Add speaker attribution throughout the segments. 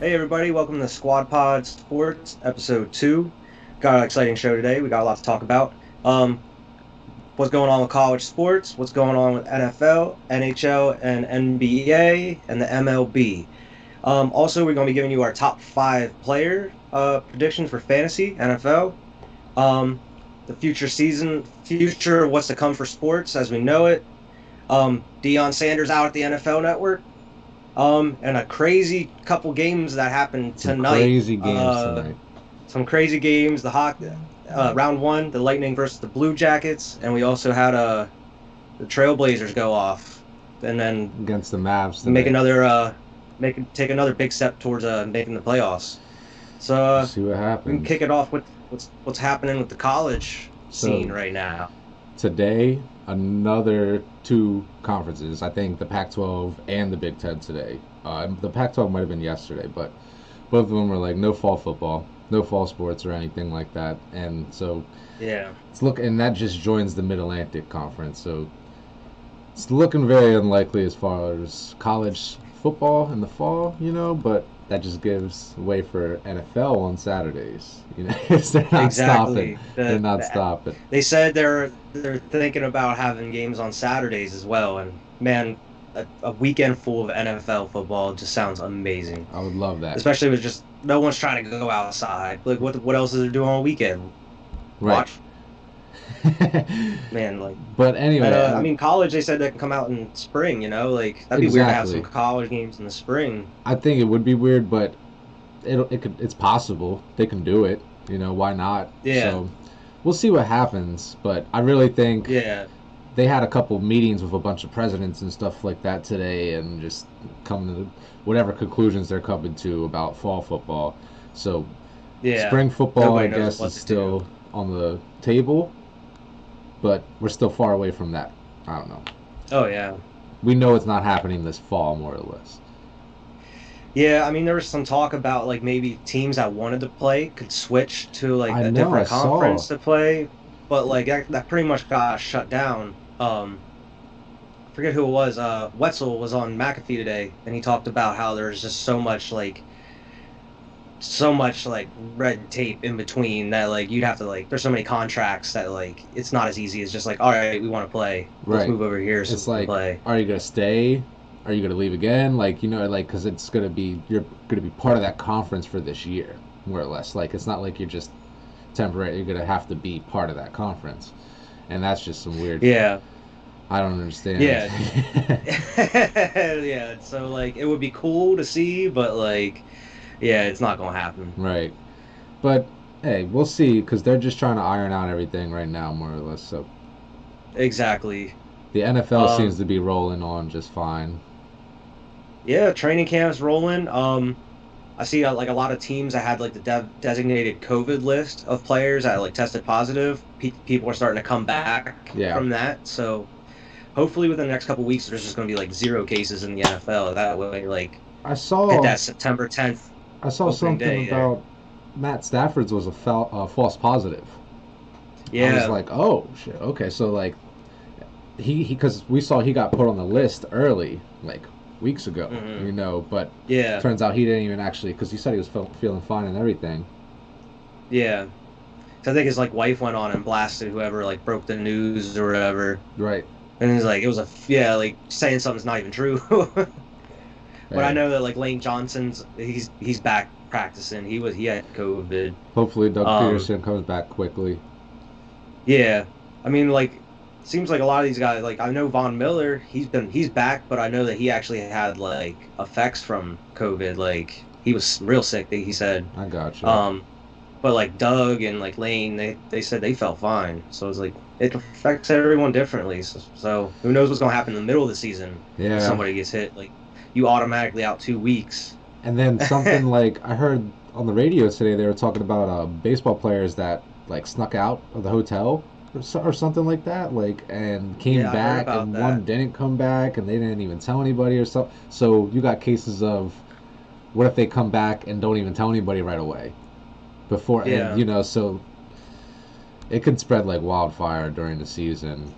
Speaker 1: Hey everybody, welcome to Squad Pod Sports, episode two. Got an exciting show today. We got a lot to talk about. Um, what's going on with college sports? What's going on with NFL, NHL, and NBA, and the MLB? Um, also, we're going to be giving you our top five player uh, predictions for fantasy NFL, um, the future season, future what's to come for sports as we know it. Um, Deion Sanders out at the NFL Network. Um, and a crazy couple games that happened
Speaker 2: Some
Speaker 1: tonight
Speaker 2: Crazy games
Speaker 1: uh,
Speaker 2: tonight.
Speaker 1: some crazy games. The Hawk, uh, round one, the Lightning versus the Blue Jackets, and we also had uh, the Trailblazers go off, and then
Speaker 2: against the Mavs.
Speaker 1: make
Speaker 2: tonight.
Speaker 1: another uh, make take another big step towards uh, making the playoffs. So
Speaker 2: We'll
Speaker 1: uh,
Speaker 2: See what
Speaker 1: we can
Speaker 2: happens
Speaker 1: kick it off with what's what's happening with the college
Speaker 2: So-
Speaker 1: scene right now.
Speaker 2: today. Another two conferences. I think the Pac-12 and the Big Ten today. Uh, the Pac-12 might have been yesterday, but both of them were like no fall football, no fall sports or anything like that. And so
Speaker 1: Yeah,
Speaker 2: it's look, and that just joins the Mid Atlantic Conference. So it's looking very unlikely as far as college football in the fall, you know, but that just gives way for NFL on Saturdays. You know, they're not stopping.
Speaker 1: exactly. The-
Speaker 2: They're not
Speaker 1: the-
Speaker 2: stopping.
Speaker 1: They said they're they're thinking about having games on Saturdays as well, and man. A, a weekend full of NFL football just sounds amazing.
Speaker 2: I would love that.
Speaker 1: especially with just no one's trying to go outside. Like what what else is there doing on a weekend?
Speaker 2: Right.
Speaker 1: Watch, man. Like
Speaker 2: but anyway,
Speaker 1: but, uh, I mean, college. They said they can come out in spring. You know, like that'd be weird to have some
Speaker 2: Exactly.
Speaker 1: college games in the spring.
Speaker 2: I think it would be weird, but it it could it's possible they can do it. You know, why not?
Speaker 1: Yeah.
Speaker 2: So we'll see what happens, but I really think
Speaker 1: Yeah,
Speaker 2: they had a couple meetings with a bunch of presidents and stuff like that today and just coming to whatever conclusions they're coming to about fall football. So
Speaker 1: yeah.
Speaker 2: spring football
Speaker 1: Nobody
Speaker 2: I
Speaker 1: knows
Speaker 2: guess
Speaker 1: what
Speaker 2: is
Speaker 1: to
Speaker 2: still on the table, but we're still far away from that. I don't know.
Speaker 1: Oh yeah,
Speaker 2: We know it's not happening this fall more or less.
Speaker 1: yeah. I mean, there was some talk about like maybe teams that wanted to play could switch to like
Speaker 2: I
Speaker 1: a
Speaker 2: know, I
Speaker 1: different
Speaker 2: saw.
Speaker 1: conference to play, but like that, that pretty much got shut down. Um. I Forget who it was. Uh, Wetzel was on McAfee today, and he talked about how there's just so much like so much like red tape in between that like you'd have to like there's so many contracts that like it's not as easy as just like all right we want to play let's
Speaker 2: Right.
Speaker 1: move over here so
Speaker 2: It's
Speaker 1: we can
Speaker 2: like-
Speaker 1: play
Speaker 2: Are you gonna stay? Are you gonna leave again? Like you know, like because it's gonna be you're gonna be part of that conference for this year more or less. Like it's not like you're just temporary. You're gonna have to be part of that conference, and that's just some weird.
Speaker 1: yeah
Speaker 2: I don't understand.
Speaker 1: Yeah. yeah so like it would be cool to see but like yeah it's not gonna happen
Speaker 2: right. But hey, we'll see because they're just trying to iron out everything right now, more or less. So
Speaker 1: exactly
Speaker 2: the NFL
Speaker 1: Um,
Speaker 2: seems to be rolling on just fine.
Speaker 1: yeah training camps rolling um i see uh, like a lot of teams that had like the dev designated covid list of players that like tested positive pe- people are starting to come back
Speaker 2: Yeah.
Speaker 1: from that so hopefully within the next couple weeks there's just going to be like zero cases in the nfl that way like
Speaker 2: I saw.
Speaker 1: hit that september 10th
Speaker 2: I saw
Speaker 1: opening
Speaker 2: something
Speaker 1: day, yeah.
Speaker 2: about Matt Stafford's was a fal- uh, false positive. I
Speaker 1: yeah
Speaker 2: was like, oh shit, okay. So like, he because we saw he got put on the list early, like weeks ago,
Speaker 1: Mhm.
Speaker 2: you know. But
Speaker 1: yeah
Speaker 2: turns out he didn't even actually because he said he was fe- feeling fine and everything.
Speaker 1: yeah so i think his like wife went on and blasted whoever like broke the news or whatever
Speaker 2: Right.
Speaker 1: and it's like it was a yeah like saying something's not even true But I
Speaker 2: Hey,
Speaker 1: know that like Lane Johnson's he's he's back practicing. He was he had COVID.
Speaker 2: Hopefully, Doug
Speaker 1: um,
Speaker 2: Peterson comes back quickly.
Speaker 1: Yeah, I mean like seems like a lot of these guys like I know Von Miller he's been he's back, but I know that he actually had like effects from COVID. Like he was real sick. He said.
Speaker 2: I got you.
Speaker 1: Um, but like Doug and like Lane, they they said they felt fine. So it's like it affects everyone differently. So, so who knows what's gonna happen in the middle of the season?
Speaker 2: yeah.
Speaker 1: If somebody gets hit, like you automatically out two weeks.
Speaker 2: And then something like I heard on the radio today, they were talking about uh, baseball players that like snuck out of the hotel or, so, or something like that, like and came
Speaker 1: Yeah, I heard
Speaker 2: back,
Speaker 1: about
Speaker 2: and
Speaker 1: that.
Speaker 2: one didn't come back, and they didn't even tell anybody or something. So you got cases of what if they come back and don't even tell anybody right away before,
Speaker 1: Yeah.
Speaker 2: and, you know, so it could spread like wildfire during the season.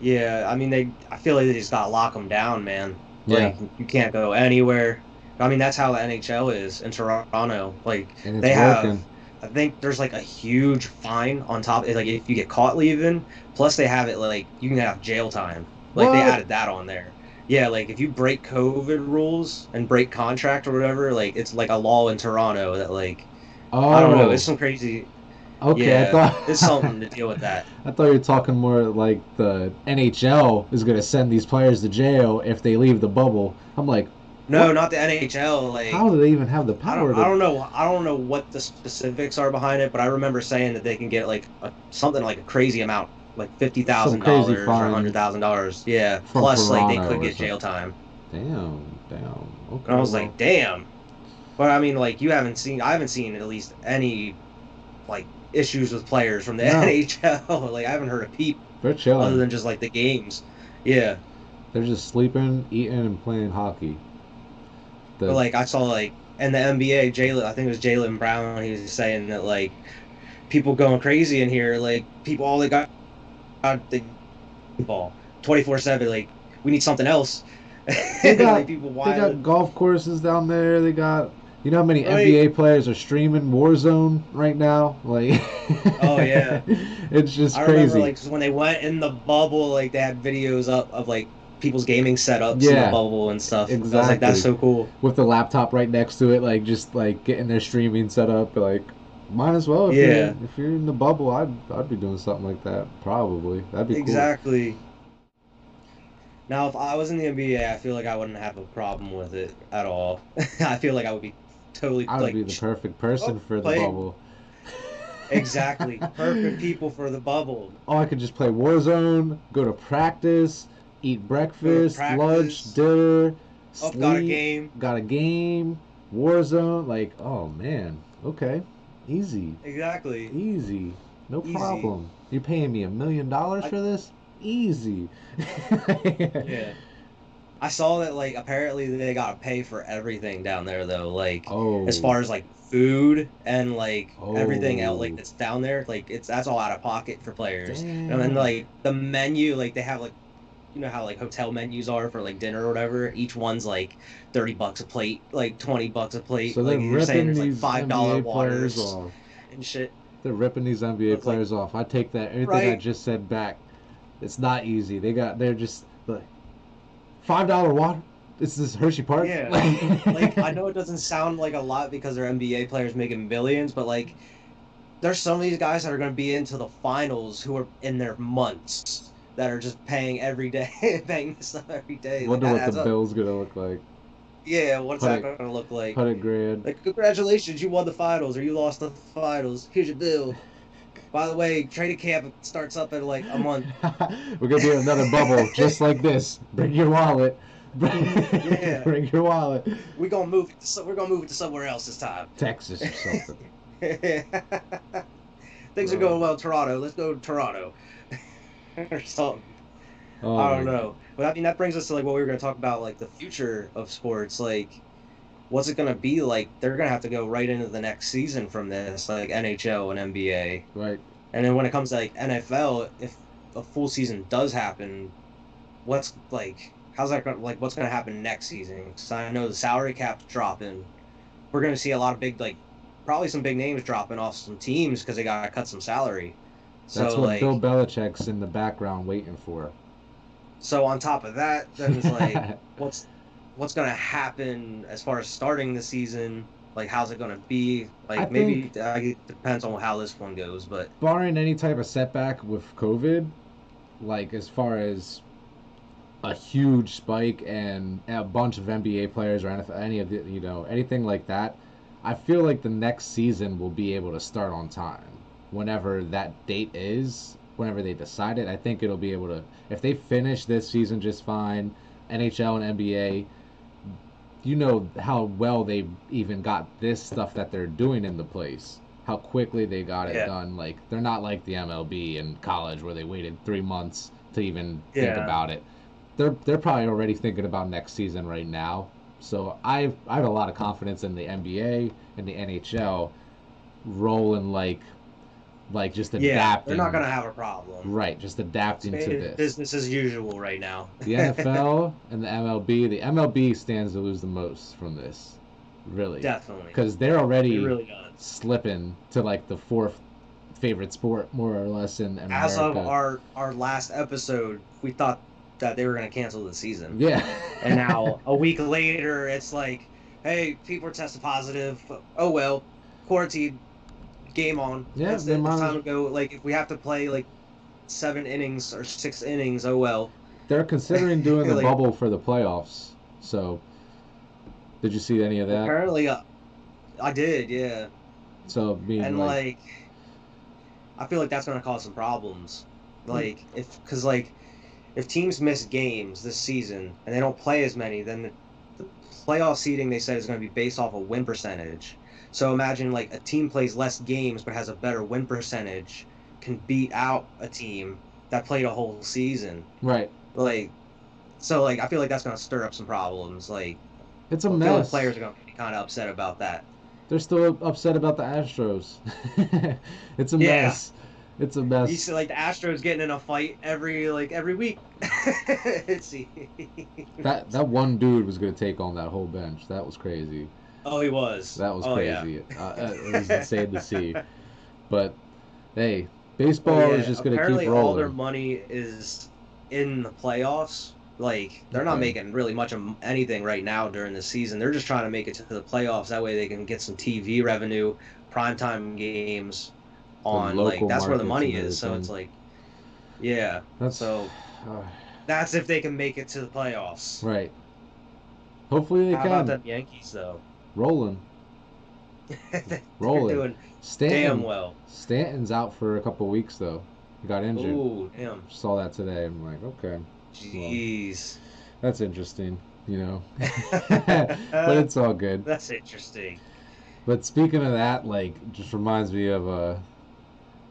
Speaker 1: Yeah, I mean they. I feel like they just gotta lock them down, man.
Speaker 2: Yeah.
Speaker 1: Like you can't go anywhere. I mean, that's how the NHL is in Toronto. Like
Speaker 2: and it's
Speaker 1: they
Speaker 2: working.
Speaker 1: have, I think there's like a huge fine on top. Like if you get caught leaving, plus they have it like you can have jail time. Like they
Speaker 2: What?
Speaker 1: added that on there. Yeah, like if you break COVID rules and break contract or whatever, like it's like a law in Toronto that like
Speaker 2: oh,
Speaker 1: I don't know, it's some crazy.
Speaker 2: okay. I
Speaker 1: yeah,
Speaker 2: thought
Speaker 1: It's something to deal with that.
Speaker 2: I thought you were talking more like the NHL is gonna send these players to jail if they leave the bubble. I'm like,
Speaker 1: No,
Speaker 2: What?
Speaker 1: not the NHL. Like
Speaker 2: how do they even have the
Speaker 1: I
Speaker 2: power
Speaker 1: don't,
Speaker 2: to?
Speaker 1: I don't know. I don't know what the specifics are behind it, but I remember saying that they can get like a, something like a crazy amount, like fifty thousand
Speaker 2: crazy
Speaker 1: dollars or
Speaker 2: fine
Speaker 1: hundred thousand dollars. Yeah.
Speaker 2: from
Speaker 1: Plus, like they
Speaker 2: Toronto
Speaker 1: could
Speaker 2: or
Speaker 1: get jail time.
Speaker 2: Damn, damn. Okay.
Speaker 1: And I was
Speaker 2: well,
Speaker 1: like, damn. But I mean, like you haven't seen. I haven't seen at least any, like issues with players from the
Speaker 2: No.
Speaker 1: NHL. like I haven't heard a peep
Speaker 2: they're
Speaker 1: other
Speaker 2: chilling.
Speaker 1: than just like the games. Yeah.
Speaker 2: They're just sleeping, eating, and playing hockey. The,
Speaker 1: But like I saw like in the NBA, Jalen, I think it was Jalen Brown, he was saying that like people going crazy in here, like people all they got got the ball twenty four seven. Like we need something else.
Speaker 2: They got-
Speaker 1: like people
Speaker 2: they got
Speaker 1: wild.
Speaker 2: golf courses down there. They got. You know how many
Speaker 1: Right.
Speaker 2: NBA players are streaming Warzone right now? Like,
Speaker 1: Oh, yeah.
Speaker 2: it's just
Speaker 1: I
Speaker 2: crazy.
Speaker 1: remember like when they went in the bubble, like they had videos up of like people's gaming setups in
Speaker 2: Yeah.
Speaker 1: the bubble and stuff. I was like,
Speaker 2: Exactly.
Speaker 1: that's so cool.
Speaker 2: with the laptop right next to it, like just like getting their streaming set up, like might as well. If
Speaker 1: Yeah.
Speaker 2: You're, if you're in the bubble, I'd I'd be doing something like that probably. That'd be
Speaker 1: Exactly. Now, if I was in the NBA, I feel like I wouldn't have a problem with it at all. I feel like I would be totally
Speaker 2: cool. I would
Speaker 1: like
Speaker 2: be the perfect person for the
Speaker 1: playing-
Speaker 2: bubble.
Speaker 1: exactly perfect people for the bubble.
Speaker 2: Oh, I could just play Warzone, go to practice, eat breakfast, lunch,
Speaker 1: practice.
Speaker 2: dinner,
Speaker 1: Oh,
Speaker 2: sleep,
Speaker 1: got a game.
Speaker 2: got a game, Warzone. Like, oh man, okay, easy,
Speaker 1: Exactly.
Speaker 2: Easy. No
Speaker 1: Easy.
Speaker 2: problem. You're paying me a million dollars
Speaker 1: I-
Speaker 2: for this? Easy.
Speaker 1: Yeah. I saw that like apparently they gotta pay for everything down there though. Like
Speaker 2: Oh.
Speaker 1: as far as like food and like everything
Speaker 2: Oh.
Speaker 1: else like that's down there, like it's that's all out of pocket for players.
Speaker 2: damn.
Speaker 1: And then like the menu, like they have like you know how like hotel menus are for like dinner or whatever. Each one's like thirty bucks a plate, like twenty bucks a plate.
Speaker 2: so they're
Speaker 1: like you're saying
Speaker 2: ripping
Speaker 1: there's like
Speaker 2: these
Speaker 1: five dollar
Speaker 2: NBA players
Speaker 1: waters
Speaker 2: off.
Speaker 1: and shit.
Speaker 2: They're ripping these NBA
Speaker 1: It's like-
Speaker 2: players off. I take that everything I
Speaker 1: Right.
Speaker 2: just said back. It's not easy. They got they're just like five dollar water. It's this Hershey Park.
Speaker 1: Yeah. Like I know it doesn't sound like a lot because they're NBA players making billions, but like there's some of these guys that are gonna be into the finals who are in their months that are just paying every day, paying this up every day. Like,
Speaker 2: Wonder
Speaker 1: that
Speaker 2: what
Speaker 1: adds
Speaker 2: the
Speaker 1: up.
Speaker 2: bill's gonna look like.
Speaker 1: Yeah, what's
Speaker 2: Hundred-
Speaker 1: that gonna look like?
Speaker 2: Hundred grand.
Speaker 1: Like, congratulations, you won the finals or you lost the finals. Here's your bill. By the way, training camp starts up in like a month.
Speaker 2: We're gonna be in another bubble just like this. Bring your wallet. Bring,
Speaker 1: Yeah.
Speaker 2: bring your wallet.
Speaker 1: We're gonna move it. To, so- we're gonna move it to somewhere else this time.
Speaker 2: Texas or something.
Speaker 1: Things are
Speaker 2: Bro.
Speaker 1: going well in Toronto. Let's go to Toronto. or something.
Speaker 2: Oh,
Speaker 1: I don't
Speaker 2: my-
Speaker 1: know. But I mean, that brings us to like what we were gonna talk about, like the future of sports. Like, what's it gonna be like? They're gonna have to go right into the next season from this, like NHL and NBA.
Speaker 2: Right.
Speaker 1: And then when it comes to like NFL, if a full season does happen, what's like how's that gonna, like what's going to happen next season? Because I know the salary cap's dropping. We're going to see a lot of big like probably some big names dropping off some teams because they got to cut some salary. So
Speaker 2: That's what
Speaker 1: like
Speaker 2: Bill Belichick's in the background waiting for.
Speaker 1: so on top of that, then it's like what's what's going to happen as far as starting the season? Like how's it going to be? Like
Speaker 2: I
Speaker 1: maybe uh, it depends on how this one goes, but
Speaker 2: barring any type of setback with COVID, like as far as a huge spike and a bunch of NBA players or anyth- any of the, you know anything like that, I feel like the next season will be able to start on time. Whenever that date is, whenever they decide it, I think it'll be able to. If they finish this season just fine, NHL and NBA, you know how well they even got this stuff that they're doing in the place. How quickly they got it
Speaker 1: Yeah.
Speaker 2: done. Like they're not like the MLB and college where they waited three months to even think
Speaker 1: Yeah.
Speaker 2: about it. They're they're probably already thinking about next season right now. So I've I have a lot of confidence in the NBA and the NHL rolling like like just adapting.
Speaker 1: yeah, they're not gonna have a problem.
Speaker 2: right, just adapting
Speaker 1: It's
Speaker 2: to this.
Speaker 1: business as usual right now.
Speaker 2: the NFL and the MLB. The MLB stands to lose the most from this, really,
Speaker 1: Definitely,
Speaker 2: because they're already
Speaker 1: it really does.
Speaker 2: slipping to like the fourth favorite sport, more or less, in America.
Speaker 1: As of our our last episode, we thought that they were gonna cancel the season,
Speaker 2: yeah,
Speaker 1: and now a week later, it's like, hey, people are tested positive. Oh well, quarantine. Game on.
Speaker 2: Yeah,
Speaker 1: it's,
Speaker 2: they
Speaker 1: it's
Speaker 2: might-
Speaker 1: time to go. Like if we have to play like seven innings or six innings, oh well.
Speaker 2: they're considering doing the
Speaker 1: Like-
Speaker 2: bubble for the playoffs. So, did you see any of that?
Speaker 1: Apparently, uh, I did. Yeah.
Speaker 2: So, being
Speaker 1: and
Speaker 2: like,
Speaker 1: like, I feel like that's gonna cause some problems.
Speaker 2: Hmm.
Speaker 1: Like if because like if teams miss games this season and they don't play as many, then the, the playoff seeding they said is gonna be based off a win percentage. So imagine like a team plays less games but has a better win percentage, can beat out a team that played a whole season.
Speaker 2: right,
Speaker 1: Like, so like I feel like that's gonna stir up some problems. Like,
Speaker 2: it's a
Speaker 1: I feel like
Speaker 2: mess.
Speaker 1: players are gonna be kind of upset about that.
Speaker 2: They're still upset about the Astros. it's a
Speaker 1: Yeah.
Speaker 2: mess. It's a
Speaker 1: You
Speaker 2: mess.
Speaker 1: see, like the Astros getting in a fight every like every week. Let's see.
Speaker 2: That that one dude was gonna take on that whole bench. That was crazy.
Speaker 1: oh, he was.
Speaker 2: That was
Speaker 1: oh, Yeah.
Speaker 2: crazy. Uh, uh, it was insane to see. But hey, baseball
Speaker 1: Oh, yeah.
Speaker 2: is just gonna
Speaker 1: Apparently,
Speaker 2: keep
Speaker 1: all their
Speaker 2: rolling.
Speaker 1: money is in the playoffs. Like they're not
Speaker 2: Okay.
Speaker 1: making really much of anything right now during the season. They're just trying to make it to the playoffs. That way, they can get some TV revenue, primetime games on. Like
Speaker 2: local
Speaker 1: that's where the
Speaker 2: markets
Speaker 1: money
Speaker 2: and
Speaker 1: is. So it's like, yeah,
Speaker 2: That's
Speaker 1: so-
Speaker 2: uh,
Speaker 1: that's if they can make it to the playoffs.
Speaker 2: right. Hopefully they
Speaker 1: How
Speaker 2: can
Speaker 1: about the Yankees though?
Speaker 2: rolling,
Speaker 1: they're
Speaker 2: rolling.
Speaker 1: doing
Speaker 2: Stanton,
Speaker 1: damn well.
Speaker 2: Stanton's out for a couple weeks though. He got injured.
Speaker 1: Ooh, damn.
Speaker 2: Saw that today. I'm like, okay,
Speaker 1: Jeez. Uh,
Speaker 2: that's interesting. You know, but it's all good.
Speaker 1: That's interesting.
Speaker 2: But speaking of that, like, just reminds me of uh,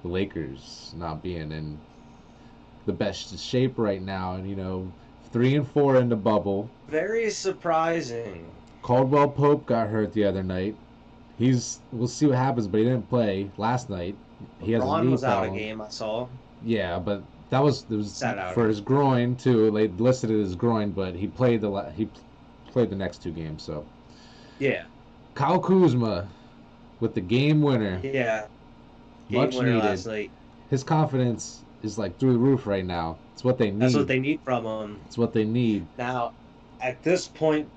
Speaker 2: the Lakers not being in the best shape right now, and you know, three and four in the bubble.
Speaker 1: Very surprising.
Speaker 2: Caldwell Pope got hurt the other night. He's we'll see what happens, but he didn't play last night. He has a knee
Speaker 1: LeBron was out
Speaker 2: problem.
Speaker 1: of game, I saw.
Speaker 2: Yeah, but that was it was
Speaker 1: Sat out.
Speaker 2: for his groin too. They listed it as groin, but he played the la- he p- played the next two games. So
Speaker 1: Yeah.
Speaker 2: Kyle Kuzma with the game winner.
Speaker 1: Yeah. Game
Speaker 2: Much
Speaker 1: winner
Speaker 2: needed.
Speaker 1: last night.
Speaker 2: his confidence is like through the roof right now. It's what they need.
Speaker 1: That's what they need from him.
Speaker 2: it's what they need.
Speaker 1: Now, at this point,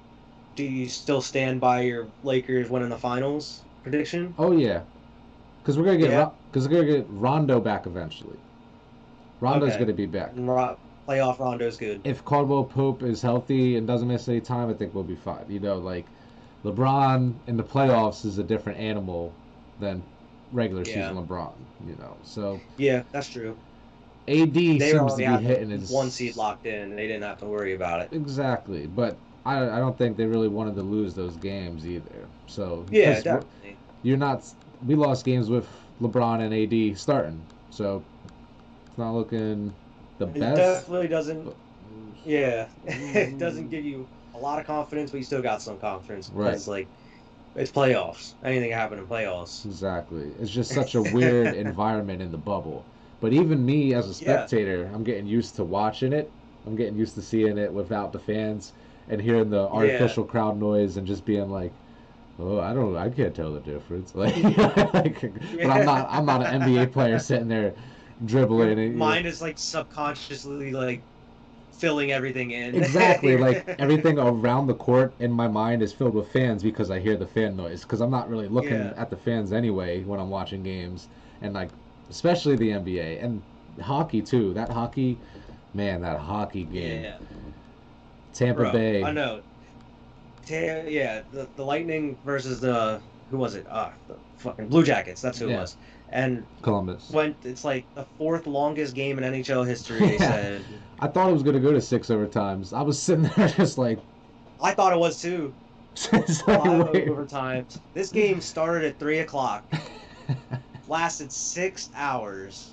Speaker 1: do you still stand by your Lakers winning the finals prediction?
Speaker 2: Oh yeah, because we're gonna get
Speaker 1: Yeah.
Speaker 2: because we're gonna get Rondo back eventually. Rondo's
Speaker 1: Okay.
Speaker 2: gonna be back.
Speaker 1: Ro- Playoff Rondo's good.
Speaker 2: If Caldwell Pope is healthy and doesn't miss any time, I think we'll be fine. You know, like LeBron in the playoffs is a different animal than regular
Speaker 1: Yeah.
Speaker 2: season LeBron. You know, so
Speaker 1: Yeah, that's true.
Speaker 2: AD
Speaker 1: They
Speaker 2: seems to
Speaker 1: already
Speaker 2: be
Speaker 1: have
Speaker 2: hitting his
Speaker 1: one seed locked in. They didn't have to worry about it.
Speaker 2: Exactly, but I, I don't think they really wanted to lose those games either. So
Speaker 1: Yeah,
Speaker 2: because we're-
Speaker 1: definitely.
Speaker 2: you're not. We lost games with LeBron and AD starting, so it's not looking the
Speaker 1: It
Speaker 2: best.
Speaker 1: definitely doesn't Yeah, it doesn't
Speaker 2: Mm.
Speaker 1: give you a lot of confidence, but you still got some confidence because like it's playoffs. Anything can happen in playoffs.
Speaker 2: Exactly, it's just such a weird environment in the bubble. But even me as a
Speaker 1: Yeah.
Speaker 2: spectator, I'm getting used to watching it. I'm getting used to seeing it without the fans and hearing the artificial crowd noise and just being like, "Oh, I don't, I can't tell the difference." Like, like, but I'm not, I'm not an NBA player sitting there dribbling. and-
Speaker 1: Mine is like subconsciously like filling everything in.
Speaker 2: Exactly, like everything around the court in my mind is filled with fans because I hear the fan noise. Because I'm not really looking
Speaker 1: Yeah.
Speaker 2: at the fans anyway when I'm watching games, and like especially the NBA and hockey too. That hockey, man, that hockey game.
Speaker 1: Yeah,
Speaker 2: Tampa
Speaker 1: bro.
Speaker 2: Bay.
Speaker 1: I know. Ta- yeah, the, the Lightning versus the who was it? Ah, the fucking Blue Jackets. That's who
Speaker 2: Yeah.
Speaker 1: it was. And
Speaker 2: Columbus.
Speaker 1: when it's like the fourth longest game in NHL history, they
Speaker 2: Yeah.
Speaker 1: said.
Speaker 2: I thought it was gonna go to six overtimes. I was sitting there just like,
Speaker 1: I thought it was too.
Speaker 2: just like,
Speaker 1: five
Speaker 2: wait.
Speaker 1: overtime. This game started at three o'clock, lasted six hours.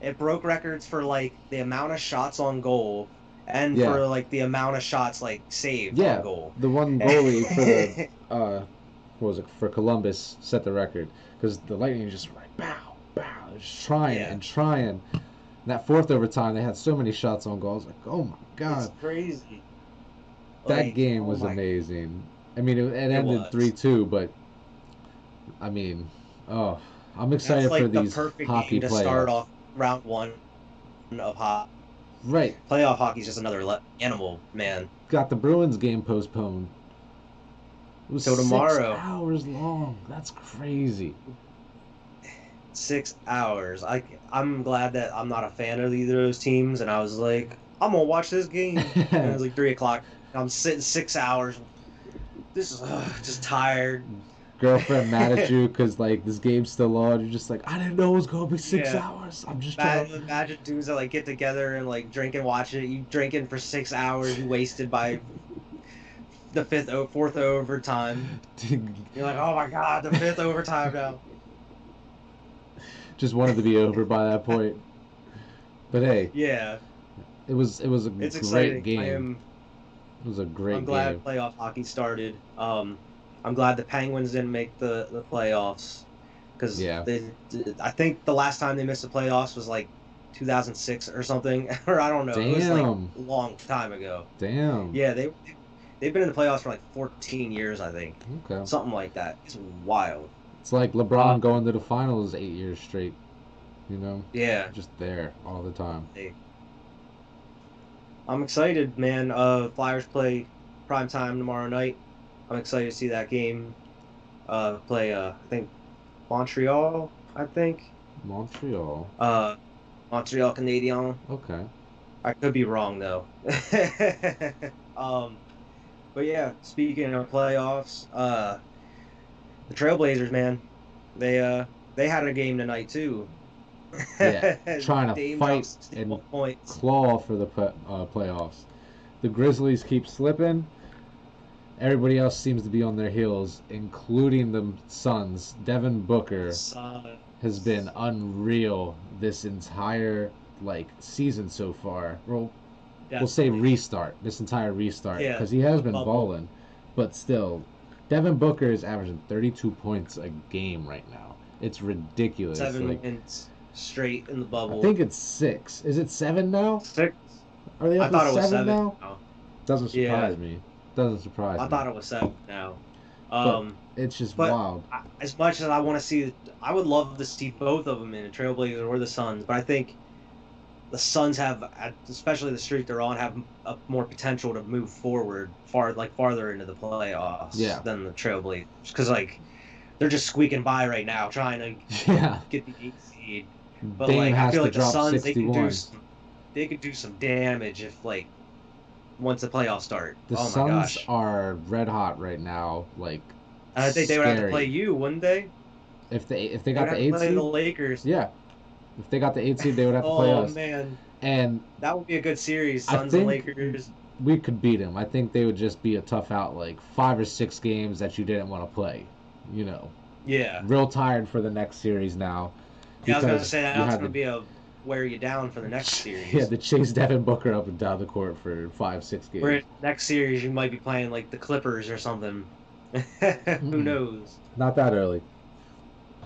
Speaker 1: It broke records for like the amount of shots on goal and
Speaker 2: Yeah.
Speaker 1: for like the amount of shots like saved
Speaker 2: Yeah.
Speaker 1: on goal.
Speaker 2: the one goalie for the uh, what was it for Columbus set the record because the Lightning just were like bow bow. just trying
Speaker 1: Yeah.
Speaker 2: and trying. And that fourth overtime, they had so many shots on goal. I was like, oh my god,
Speaker 1: It's crazy.
Speaker 2: that
Speaker 1: Like,
Speaker 2: game
Speaker 1: oh
Speaker 2: was
Speaker 1: my-
Speaker 2: amazing. I mean, it, it
Speaker 1: was.
Speaker 2: ended three two, but I mean, oh, I'm excited
Speaker 1: That's like
Speaker 2: for
Speaker 1: the
Speaker 2: these
Speaker 1: perfect
Speaker 2: hockey
Speaker 1: game to
Speaker 2: playoffs.
Speaker 1: start off round one of hockey.
Speaker 2: Right,
Speaker 1: Playoff hockey's just another le- animal, man.
Speaker 2: got the Bruins game postponed. It was
Speaker 1: Till
Speaker 2: six
Speaker 1: tomorrow.
Speaker 2: hours long. That's crazy.
Speaker 1: Six hours. I I'm glad that I'm not a fan of either of those teams, and I was like, I'm gonna watch this game. and it was like three o'clock. and I'm sitting six hours. This is ugh, just tired.
Speaker 2: Girlfriend mad at you because like this game's still on. You're just like, I didn't know it was gonna be six
Speaker 1: Yeah.
Speaker 2: hours. I'm just trying.
Speaker 1: Imagine, imagine dudes that like get together and like drink and watch it. You drinking for six hours. You wasted by the fifth, o- fourth overtime. You're like, oh my god, the fifth overtime now.
Speaker 2: just wanted to be over by that point. But hey,
Speaker 1: Yeah,
Speaker 2: it was it was a
Speaker 1: it's
Speaker 2: great
Speaker 1: exciting.
Speaker 2: game.
Speaker 1: I am.
Speaker 2: It was a great
Speaker 1: I'm glad
Speaker 2: game.
Speaker 1: playoff hockey started. Um, I'm glad the Penguins didn't make the the playoffs because
Speaker 2: Yeah.
Speaker 1: they. I think the last time they missed the playoffs was like 2006 or something, or I don't know. It was like
Speaker 2: Damn.
Speaker 1: a long time ago.
Speaker 2: Damn.
Speaker 1: Yeah, they they've been in the playoffs for like 14 years, I think,
Speaker 2: Okay.
Speaker 1: something like that. It's wild.
Speaker 2: It's like LeBron
Speaker 1: Uh,
Speaker 2: going to the finals eight years straight. You know,
Speaker 1: Yeah,
Speaker 2: just there all the time.
Speaker 1: I'm excited, man. Uh, Flyers play prime time tomorrow night. I'm excited to see that game. Uh, play uh, I think Montreal. I think
Speaker 2: Montreal.
Speaker 1: uh, Montreal Canadiens.
Speaker 2: Okay.
Speaker 1: I could be wrong though. um, but yeah, speaking of playoffs, uh, the Trailblazers, man, they uh, they had a game tonight too.
Speaker 2: Yeah, trying to
Speaker 1: Dame
Speaker 2: fight
Speaker 1: dropped 61 points.
Speaker 2: Claw for the pla- uh, playoffs. The Grizzlies keep slipping. Everybody else seems to be on their heels, including the Suns. Devin Booker.
Speaker 1: Solid.
Speaker 2: has been unreal this entire like season so far. Well, we'll say restart this entire restart
Speaker 1: Yeah.
Speaker 2: because he has been
Speaker 1: Bubble.
Speaker 2: balling, but still, Devin Booker is averaging 32 points a game right now. It's ridiculous.
Speaker 1: seven
Speaker 2: Like,
Speaker 1: wins straight in the bubble.
Speaker 2: I think it's six. Is it seven now?
Speaker 1: six.
Speaker 2: Are they
Speaker 1: I
Speaker 2: up to
Speaker 1: thought it
Speaker 2: seven,
Speaker 1: was seven.
Speaker 2: now?
Speaker 1: now.
Speaker 2: Doesn't
Speaker 1: Yeah.
Speaker 2: surprise me. Doesn't surprise
Speaker 1: I
Speaker 2: me.
Speaker 1: thought it was seven now. Um,
Speaker 2: it's just
Speaker 1: but-
Speaker 2: wild.
Speaker 1: I- as much as I want to see, I would love to see both of them in a Trailblazers or the Suns, but I think the Suns have, especially the streak they're on, have a more potential to move forward far, like farther into the playoffs
Speaker 2: Yeah.
Speaker 1: than the Trailblazers because like they're just squeaking by right now, trying to
Speaker 2: Yeah,
Speaker 1: get the eight seed. But
Speaker 2: Dame
Speaker 1: like I
Speaker 2: has
Speaker 1: feel
Speaker 2: to
Speaker 1: like the
Speaker 2: drop
Speaker 1: Suns, they can
Speaker 2: 61.
Speaker 1: do some, they could do some damage if like once the playoffs start.
Speaker 2: the
Speaker 1: oh my
Speaker 2: Suns
Speaker 1: gosh,
Speaker 2: are red hot right now. Like
Speaker 1: and I think they would have to
Speaker 2: scary.
Speaker 1: play you, wouldn't they?
Speaker 2: If they if they
Speaker 1: They'd
Speaker 2: got
Speaker 1: have
Speaker 2: the
Speaker 1: to
Speaker 2: eight
Speaker 1: play
Speaker 2: seed,
Speaker 1: the Lakers.
Speaker 2: yeah. If they got the eight seed, they would have to play
Speaker 1: Oh
Speaker 2: us,
Speaker 1: man,
Speaker 2: and
Speaker 1: that would be a good series.
Speaker 2: I
Speaker 1: Suns and
Speaker 2: think-
Speaker 1: Lakers.
Speaker 2: we could beat them. I think they would just be a tough out, like five or six games that you didn't want to play. You know,
Speaker 1: Yeah.
Speaker 2: real tired for the next series now.
Speaker 1: yeah I was gonna
Speaker 2: because
Speaker 1: say
Speaker 2: you
Speaker 1: that's
Speaker 2: had
Speaker 1: gonna
Speaker 2: to-
Speaker 1: be a wear you down for the next series.
Speaker 2: Yeah, to chase Devin Booker up and down the court for five, six games.
Speaker 1: Where next series you might be playing like the Clippers or something. Who
Speaker 2: Mm-mm.
Speaker 1: knows?
Speaker 2: Not that early,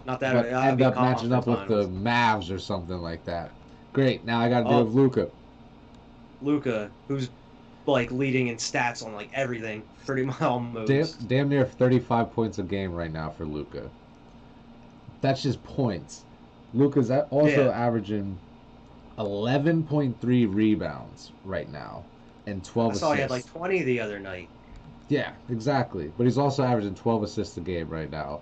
Speaker 1: Not that
Speaker 2: Mm-hmm. but
Speaker 1: that'd
Speaker 2: end
Speaker 1: be
Speaker 2: up matching up
Speaker 1: conference
Speaker 2: with the
Speaker 1: finals.
Speaker 2: Mavs or something like that. Great. Now I got to deal
Speaker 1: Oh.
Speaker 2: with Luca.
Speaker 1: Luca, who's like leading in stats on like everything, pretty much almost.
Speaker 2: Damn, damn near 35 points a game right now for Luca. That's just points. Luca's also
Speaker 1: Yeah.
Speaker 2: averaging 11.3 rebounds right now and 12
Speaker 1: I saw he had
Speaker 2: assists.
Speaker 1: like 20 the other night.
Speaker 2: Yeah, exactly. But he's also averaging 12 assists a game right now.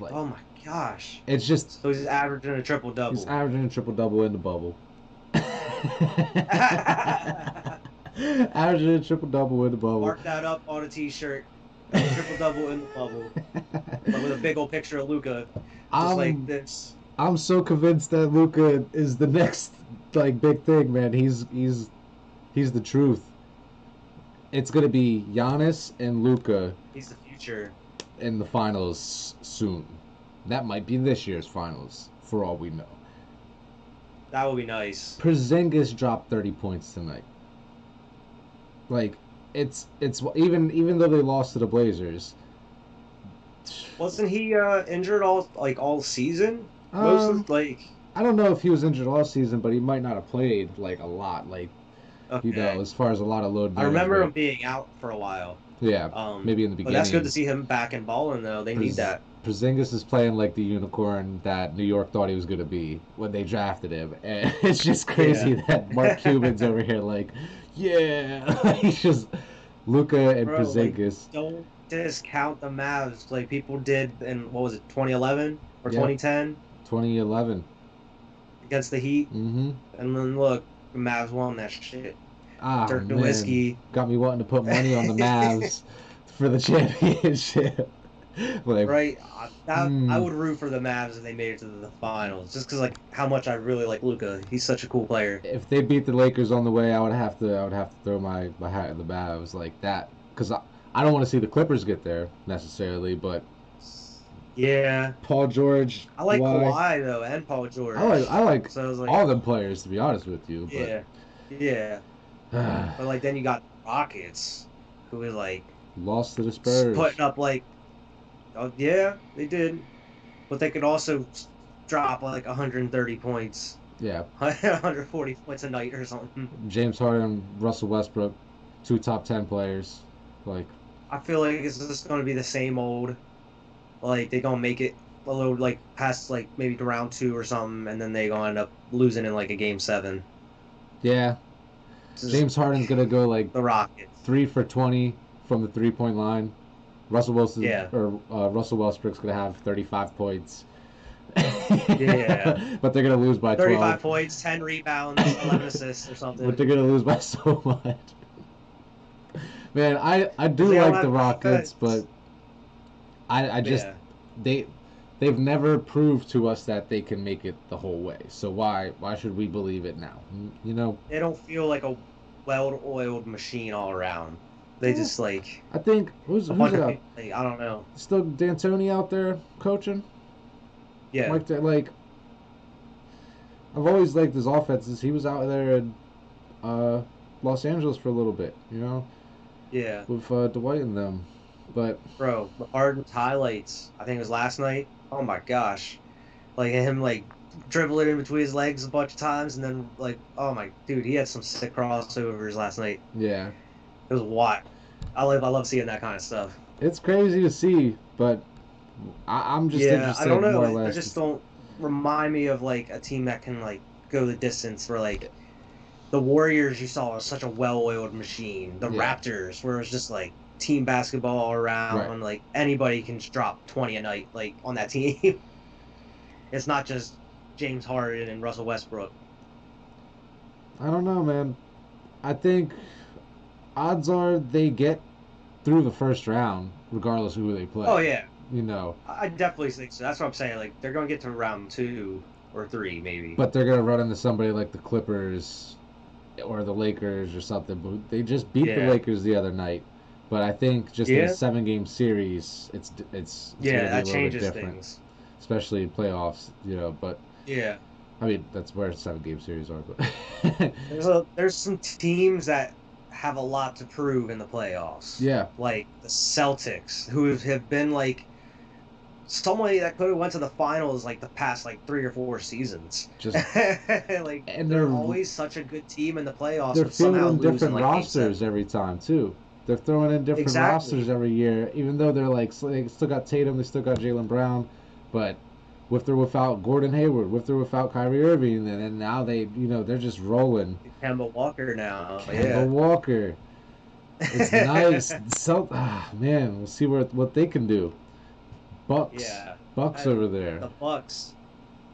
Speaker 2: Like,
Speaker 1: Oh my gosh.
Speaker 2: it's just
Speaker 1: So he's averaging a triple double.
Speaker 2: he's averaging a triple double in the bubble. averaging a triple double in the bubble.
Speaker 1: Mark that up on a t-shirt. Triple double in the bubble, but with a big old picture of Luca, just
Speaker 2: I'm-
Speaker 1: like this.
Speaker 2: I'm so convinced that Luca is the next like big thing, man. He's he's he's the truth. It's gonna be Giannis and Luca
Speaker 1: He's the future.
Speaker 2: in the finals soon. That might be this year's finals, for all we know.
Speaker 1: That would be nice.
Speaker 2: Porzingis dropped thirty points tonight. Like, it's it's even even though they lost to the Blazers.
Speaker 1: Wasn't he uh, injured all like all season? Most
Speaker 2: um,
Speaker 1: of, like
Speaker 2: I don't know if he was injured all season, but he might not have played like a lot, like
Speaker 1: Okay.
Speaker 2: you know, as far as a lot of load.
Speaker 1: I remember him
Speaker 2: management.
Speaker 1: being out for a while.
Speaker 2: Yeah,
Speaker 1: Um,
Speaker 2: maybe in the
Speaker 1: but
Speaker 2: beginning.
Speaker 1: that's good to see him back and balling though. They need
Speaker 2: Pres-
Speaker 1: that.
Speaker 2: Porzingis is playing like the unicorn that New York thought he was going to be when they drafted him, and it's just crazy that Mark Cuban's over here like, yeah, he's just Luca and
Speaker 1: Bro, like-
Speaker 2: Porzingis.
Speaker 1: Don't discount the Mavs like people did in what was it 2011 or
Speaker 2: Yeah.
Speaker 1: 2010
Speaker 2: 2011.
Speaker 1: against the Heat,
Speaker 2: Mm-hmm.
Speaker 1: and then look, the Mavs won that shit.
Speaker 2: Ah,
Speaker 1: Dirk
Speaker 2: man.
Speaker 1: Nowitzki.
Speaker 2: got me wanting to put money on the Mavs for the championship. like,
Speaker 1: Right, I, that,
Speaker 2: Hmm.
Speaker 1: I would root for the Mavs if they made it to the finals, just because like how much I really like Luca. He's such a cool player.
Speaker 2: if they beat the Lakers on the way, I would have to I would have to throw my, my hat in the Mavs like that because I, I don't want to see the Clippers get there necessarily, but
Speaker 1: Yeah,
Speaker 2: Paul George,
Speaker 1: I like
Speaker 2: Kawhi,
Speaker 1: Kawhi though, and Paul George.
Speaker 2: I like I like
Speaker 1: so I was like,
Speaker 2: all them players to be honest with you, but
Speaker 1: yeah, yeah. But like then you got Rockets, who was like
Speaker 2: lost to the
Speaker 1: s-
Speaker 2: Spurs.
Speaker 1: putting up like, oh, yeah, they did, but they could also s- drop like 130 points,
Speaker 2: Yeah,
Speaker 1: 140 points a night or something.
Speaker 2: James Harden, Russell Westbrook, two top ten players. Like
Speaker 1: I feel like it's just gonna be the same old. Like they gonna make it a little like past like maybe to round two or something, and then they gonna end up losing in like a game seven.
Speaker 2: yeah,
Speaker 1: This is
Speaker 2: James Harden's gonna go like
Speaker 1: the Rockets.
Speaker 2: three for twenty from the three point line. Russell Wilson
Speaker 1: Yeah.
Speaker 2: or uh, Russell Westbrook's gonna have thirty five points.
Speaker 1: Yeah.
Speaker 2: but they're gonna lose by
Speaker 1: 35
Speaker 2: twelve.
Speaker 1: points, 10 rebounds, 11 assists or something.
Speaker 2: But they're gonna lose by so much. Man, I I do
Speaker 1: They don't
Speaker 2: like the
Speaker 1: have
Speaker 2: Rockets,
Speaker 1: defense.
Speaker 2: but I I just
Speaker 1: Yeah.
Speaker 2: they they've never proved to us that they can make it the whole way. So why why should we believe it now? You know,
Speaker 1: they don't feel like a well-oiled machine all around. They just like
Speaker 2: I think who's
Speaker 1: a
Speaker 2: who's
Speaker 1: bunch of
Speaker 2: out?
Speaker 1: people, like, I don't know.
Speaker 2: Still D'Antoni out there coaching?
Speaker 1: Yeah,
Speaker 2: Like that, like I've always liked his offenses. He was out there in uh, Los Angeles for a little bit, you know,
Speaker 1: yeah,
Speaker 2: with uh, Dwight and them. But
Speaker 1: bro. Harden's highlights. I think it was last night. Oh my gosh, like him like dribbling in between his legs a bunch of times, and then like oh my dude, he had some sick crossovers last night.
Speaker 2: yeah,
Speaker 1: It was wild. I love I love seeing that kind of stuff.
Speaker 2: it's crazy to see. But I, I'm just
Speaker 1: yeah,
Speaker 2: interested
Speaker 1: I don't
Speaker 2: more or
Speaker 1: know. They
Speaker 2: less.
Speaker 1: just don't remind me of like a team that can like go the distance. Where like the Warriors you saw was such a well-oiled machine. The
Speaker 2: Yeah.
Speaker 1: Raptors, where it was just like team basketball all around.
Speaker 2: Right.
Speaker 1: Like anybody can drop twenty a night. Like on that team, it's not just James Harden and Russell Westbrook.
Speaker 2: I don't know, man. I think odds are they get through the first round, regardless of who they play.
Speaker 1: Oh yeah,
Speaker 2: you know,
Speaker 1: I I definitely think so. That's what I'm saying. Like they're gonna get to round two or three maybe.
Speaker 2: but they're gonna run into somebody like the Clippers or the Lakers or something. But they just beat
Speaker 1: Yeah.
Speaker 2: the Lakers the other night. But I think just in
Speaker 1: Yeah.
Speaker 2: a seven-game series, it's d- it's, it's
Speaker 1: yeah,
Speaker 2: gonna be a
Speaker 1: that
Speaker 2: little bit
Speaker 1: changes
Speaker 2: different,
Speaker 1: things.
Speaker 2: especially in playoffs. You know, but
Speaker 1: Yeah.
Speaker 2: I mean that's where seven-game series are. But
Speaker 1: There's a there's some teams that have a lot to prove in the playoffs.
Speaker 2: yeah,
Speaker 1: Like the Celtics, who have been like somebody that could have went to the finals like the past like three or four seasons.
Speaker 2: just
Speaker 1: like
Speaker 2: And
Speaker 1: they're,
Speaker 2: they're-
Speaker 1: always such a good team in the playoffs.
Speaker 2: They're
Speaker 1: but somehow
Speaker 2: filling
Speaker 1: lose
Speaker 2: different
Speaker 1: in, like, eight
Speaker 2: rosters
Speaker 1: seven.
Speaker 2: every time too. They're throwing in different
Speaker 1: Exactly.
Speaker 2: rosters every year, even though they're like so they still got Tatum, they still got Jalen Brown, but with or without Gordon Hayward, with or without Kyrie Irving, and then now they you know they're just rolling.
Speaker 1: Kemba Walker now.
Speaker 2: Kemba Walker,
Speaker 1: yeah.
Speaker 2: it's nice. So ah, man, we'll see what what they can do. Bucks,
Speaker 1: Yeah.
Speaker 2: Bucks
Speaker 1: I-
Speaker 2: over there.
Speaker 1: The Bucks.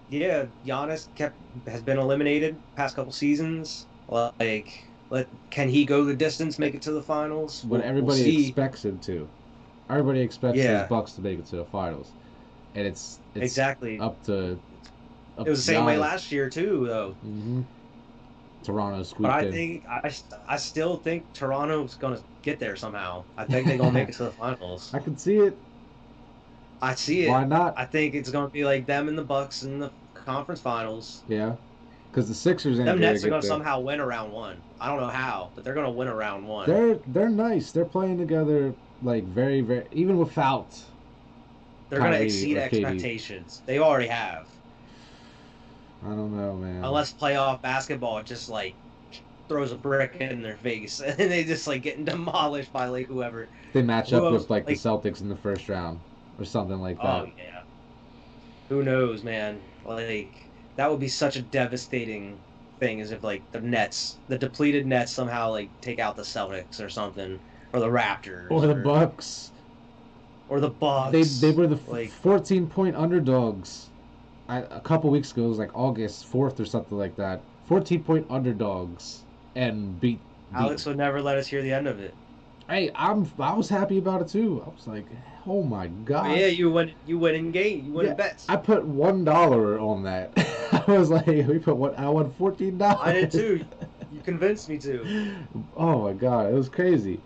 Speaker 1: Yeah, Giannis kept has been eliminated past couple seasons. Like, let can he go the distance, make it to the finals?
Speaker 2: what
Speaker 1: We'll-
Speaker 2: everybody
Speaker 1: we'll see.
Speaker 2: expects him to. Everybody expects
Speaker 1: Yeah.
Speaker 2: those Bucks to make it to the finals, and it's it's
Speaker 1: exactly.
Speaker 2: up to. Up
Speaker 1: it was the same way
Speaker 2: Giannis.
Speaker 1: last year too, though.
Speaker 2: hmm Toronto squeaked
Speaker 1: But I
Speaker 2: in.
Speaker 1: think I, I still think Toronto's gonna get there somehow. I think they're gonna make it to the finals.
Speaker 2: I can see it.
Speaker 1: I see it.
Speaker 2: Why not?
Speaker 1: I think it's gonna be like them and the Bucks in the conference finals.
Speaker 2: Yeah, because the Sixers ain't
Speaker 1: Them
Speaker 2: gonna
Speaker 1: Nets are
Speaker 2: get
Speaker 1: gonna
Speaker 2: there.
Speaker 1: somehow win around one. I don't know how, but they're gonna win around one.
Speaker 2: They're they're nice. They're playing together like very very even without.
Speaker 1: They're going to
Speaker 2: Kyrie
Speaker 1: exceed
Speaker 2: or KD.
Speaker 1: expectations. They already have.
Speaker 2: I don't know, man.
Speaker 1: Unless playoff basketball just like throws a brick in their face and they just like getting demolished by like whoever.
Speaker 2: they match
Speaker 1: who
Speaker 2: up
Speaker 1: else-
Speaker 2: with like,
Speaker 1: like-
Speaker 2: the Celtics in the first round or something like that.
Speaker 1: Oh yeah. Who knows, man? Like that would be such a devastating thing as if like the Nets, the depleted Nets somehow like take out the Celtics or something. Or the Raptors.
Speaker 2: or the Bucks.
Speaker 1: Or the Bucks.
Speaker 2: They they were the f-
Speaker 1: like-
Speaker 2: 14 point underdogs. I, a couple weeks ago, it was like August 4th or something like that. 14 point underdogs and beat. beat
Speaker 1: Alex would never let us hear the end of it.
Speaker 2: Hey, I'm I was happy about it too. I was like, oh my god.
Speaker 1: But yeah, you win. You win in game. You win
Speaker 2: Yeah,
Speaker 1: in bets.
Speaker 2: I put one dollar on that. I was like, we put one. I won fourteen dollars.
Speaker 1: I did too. You convinced me to.
Speaker 2: Oh my god, it was crazy.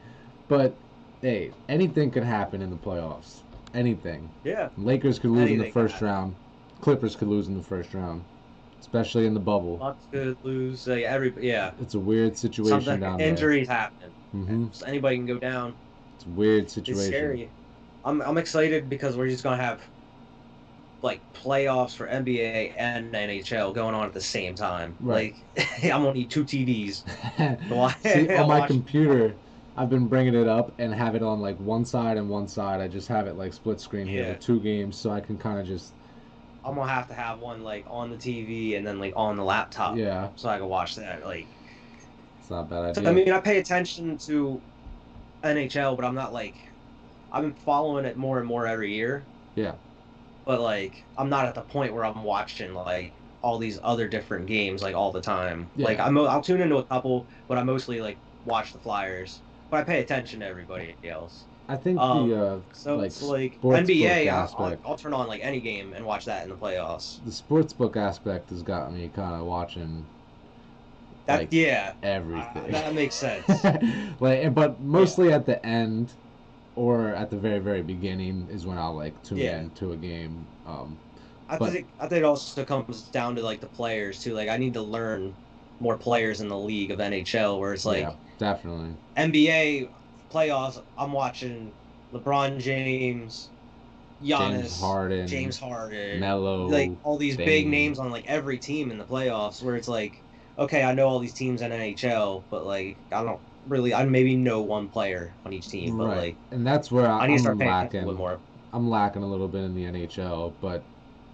Speaker 2: But hey, anything could happen in the playoffs. Anything.
Speaker 1: Yeah.
Speaker 2: Lakers could lose in the
Speaker 1: Anything could
Speaker 2: first
Speaker 1: happen.
Speaker 2: round. Clippers could lose in the first round, especially in the bubble.
Speaker 1: Bucks could lose. Like, every yeah.
Speaker 2: It's a weird situation
Speaker 1: Something
Speaker 2: down there.
Speaker 1: injuries happening.
Speaker 2: hmm
Speaker 1: So anybody can go down.
Speaker 2: It's a weird
Speaker 1: It's
Speaker 2: situation.
Speaker 1: scary. I'm I'm excited because we're just gonna have like playoffs for NBA and NHL going on at the same time.
Speaker 2: Right.
Speaker 1: Like I'm gonna need two TVs. Why-
Speaker 2: See, on my
Speaker 1: watch-
Speaker 2: computer, I've been bringing it up and have it on like one side and one side. I just have it like split screen here
Speaker 1: Yeah.
Speaker 2: with two games, so I can kind of just
Speaker 1: I'm gonna have to have one like on the TV and then like on the laptop.
Speaker 2: yeah.
Speaker 1: So I can watch that. Like
Speaker 2: It's not a bad
Speaker 1: So,
Speaker 2: idea.
Speaker 1: I mean, I pay attention to NHL, but I'm not like I've been following it more and more every year.
Speaker 2: Yeah.
Speaker 1: But like, I'm not at the point where I'm watching like all these other different games like all the time.
Speaker 2: Yeah.
Speaker 1: Like I'm, I'll tune into a couple, but I mostly like watch the Flyers. But I pay attention to everybody else.
Speaker 2: I think
Speaker 1: um,
Speaker 2: the uh,
Speaker 1: So
Speaker 2: Like,
Speaker 1: it's like
Speaker 2: sportsbook
Speaker 1: NBA. I, I'll,
Speaker 2: aspect.
Speaker 1: I'll turn on like any game and watch that in the playoffs.
Speaker 2: the sports book aspect has got me kind of watching
Speaker 1: That
Speaker 2: Like,
Speaker 1: yeah, uh,
Speaker 2: everything.
Speaker 1: that makes sense.
Speaker 2: like, and- but mostly at the end or at the very very beginning is when I'll like tune
Speaker 1: Yeah.
Speaker 2: into a game. Um,
Speaker 1: I
Speaker 2: But-
Speaker 1: think I think it also comes down to like the players too. Like I need to learn more players in the league of NHL, where it's like
Speaker 2: yeah, definitely.
Speaker 1: NBA playoffs. I'm watching LeBron James, Giannis,
Speaker 2: James Harden,
Speaker 1: James Harden,
Speaker 2: Melo,
Speaker 1: like all these big
Speaker 2: Bane.
Speaker 1: names on like every team in the playoffs. Where it's like, okay, I know all these teams in NHL, but like I don't really. I maybe know one player on each team, but like
Speaker 2: and that's where I,
Speaker 1: I
Speaker 2: I
Speaker 1: need to
Speaker 2: am
Speaker 1: start paying attention a
Speaker 2: lacking.
Speaker 1: little more.
Speaker 2: I'm lacking a little bit in the NHL, but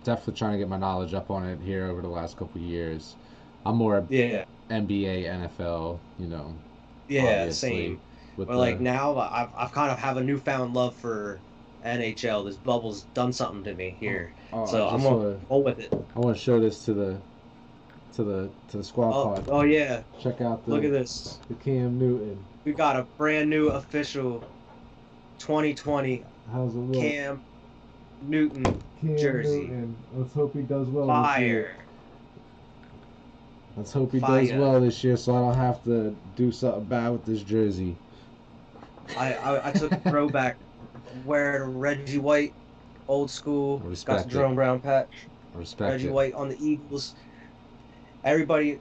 Speaker 2: definitely trying to get my knowledge up on it here over the last couple of years. I'm more
Speaker 1: Yeah,
Speaker 2: NBA, NFL, you know.
Speaker 1: yeah,
Speaker 2: obviously,
Speaker 1: same.
Speaker 2: With
Speaker 1: But
Speaker 2: the-
Speaker 1: like now, I've, I've kind of have a newfound love for NHL. This bubble's done something to me here.
Speaker 2: oh,
Speaker 1: so
Speaker 2: I
Speaker 1: I'm
Speaker 2: just
Speaker 1: gonna-
Speaker 2: wanna-
Speaker 1: Roll with it.
Speaker 2: I want to show this to the to the to the squad
Speaker 1: Oh,
Speaker 2: pod.
Speaker 1: oh yeah,
Speaker 2: Check out the
Speaker 1: look at this.
Speaker 2: the Cam Newton.
Speaker 1: We got a brand new official 2020
Speaker 2: How's it look?
Speaker 1: Cam Newton
Speaker 2: Cam
Speaker 1: jersey.
Speaker 2: Newton. Let's hope he does well this year.
Speaker 1: fire.
Speaker 2: Let's hope he does
Speaker 1: Fire.
Speaker 2: well this year, so I don't have to do something bad with this jersey.
Speaker 1: I, I I took a throwback where Reggie White, old school.
Speaker 2: Respect
Speaker 1: got
Speaker 2: it.
Speaker 1: the Jerome Brown patch.
Speaker 2: Respect
Speaker 1: Reggie
Speaker 2: it.
Speaker 1: White on the Eagles. Everybody,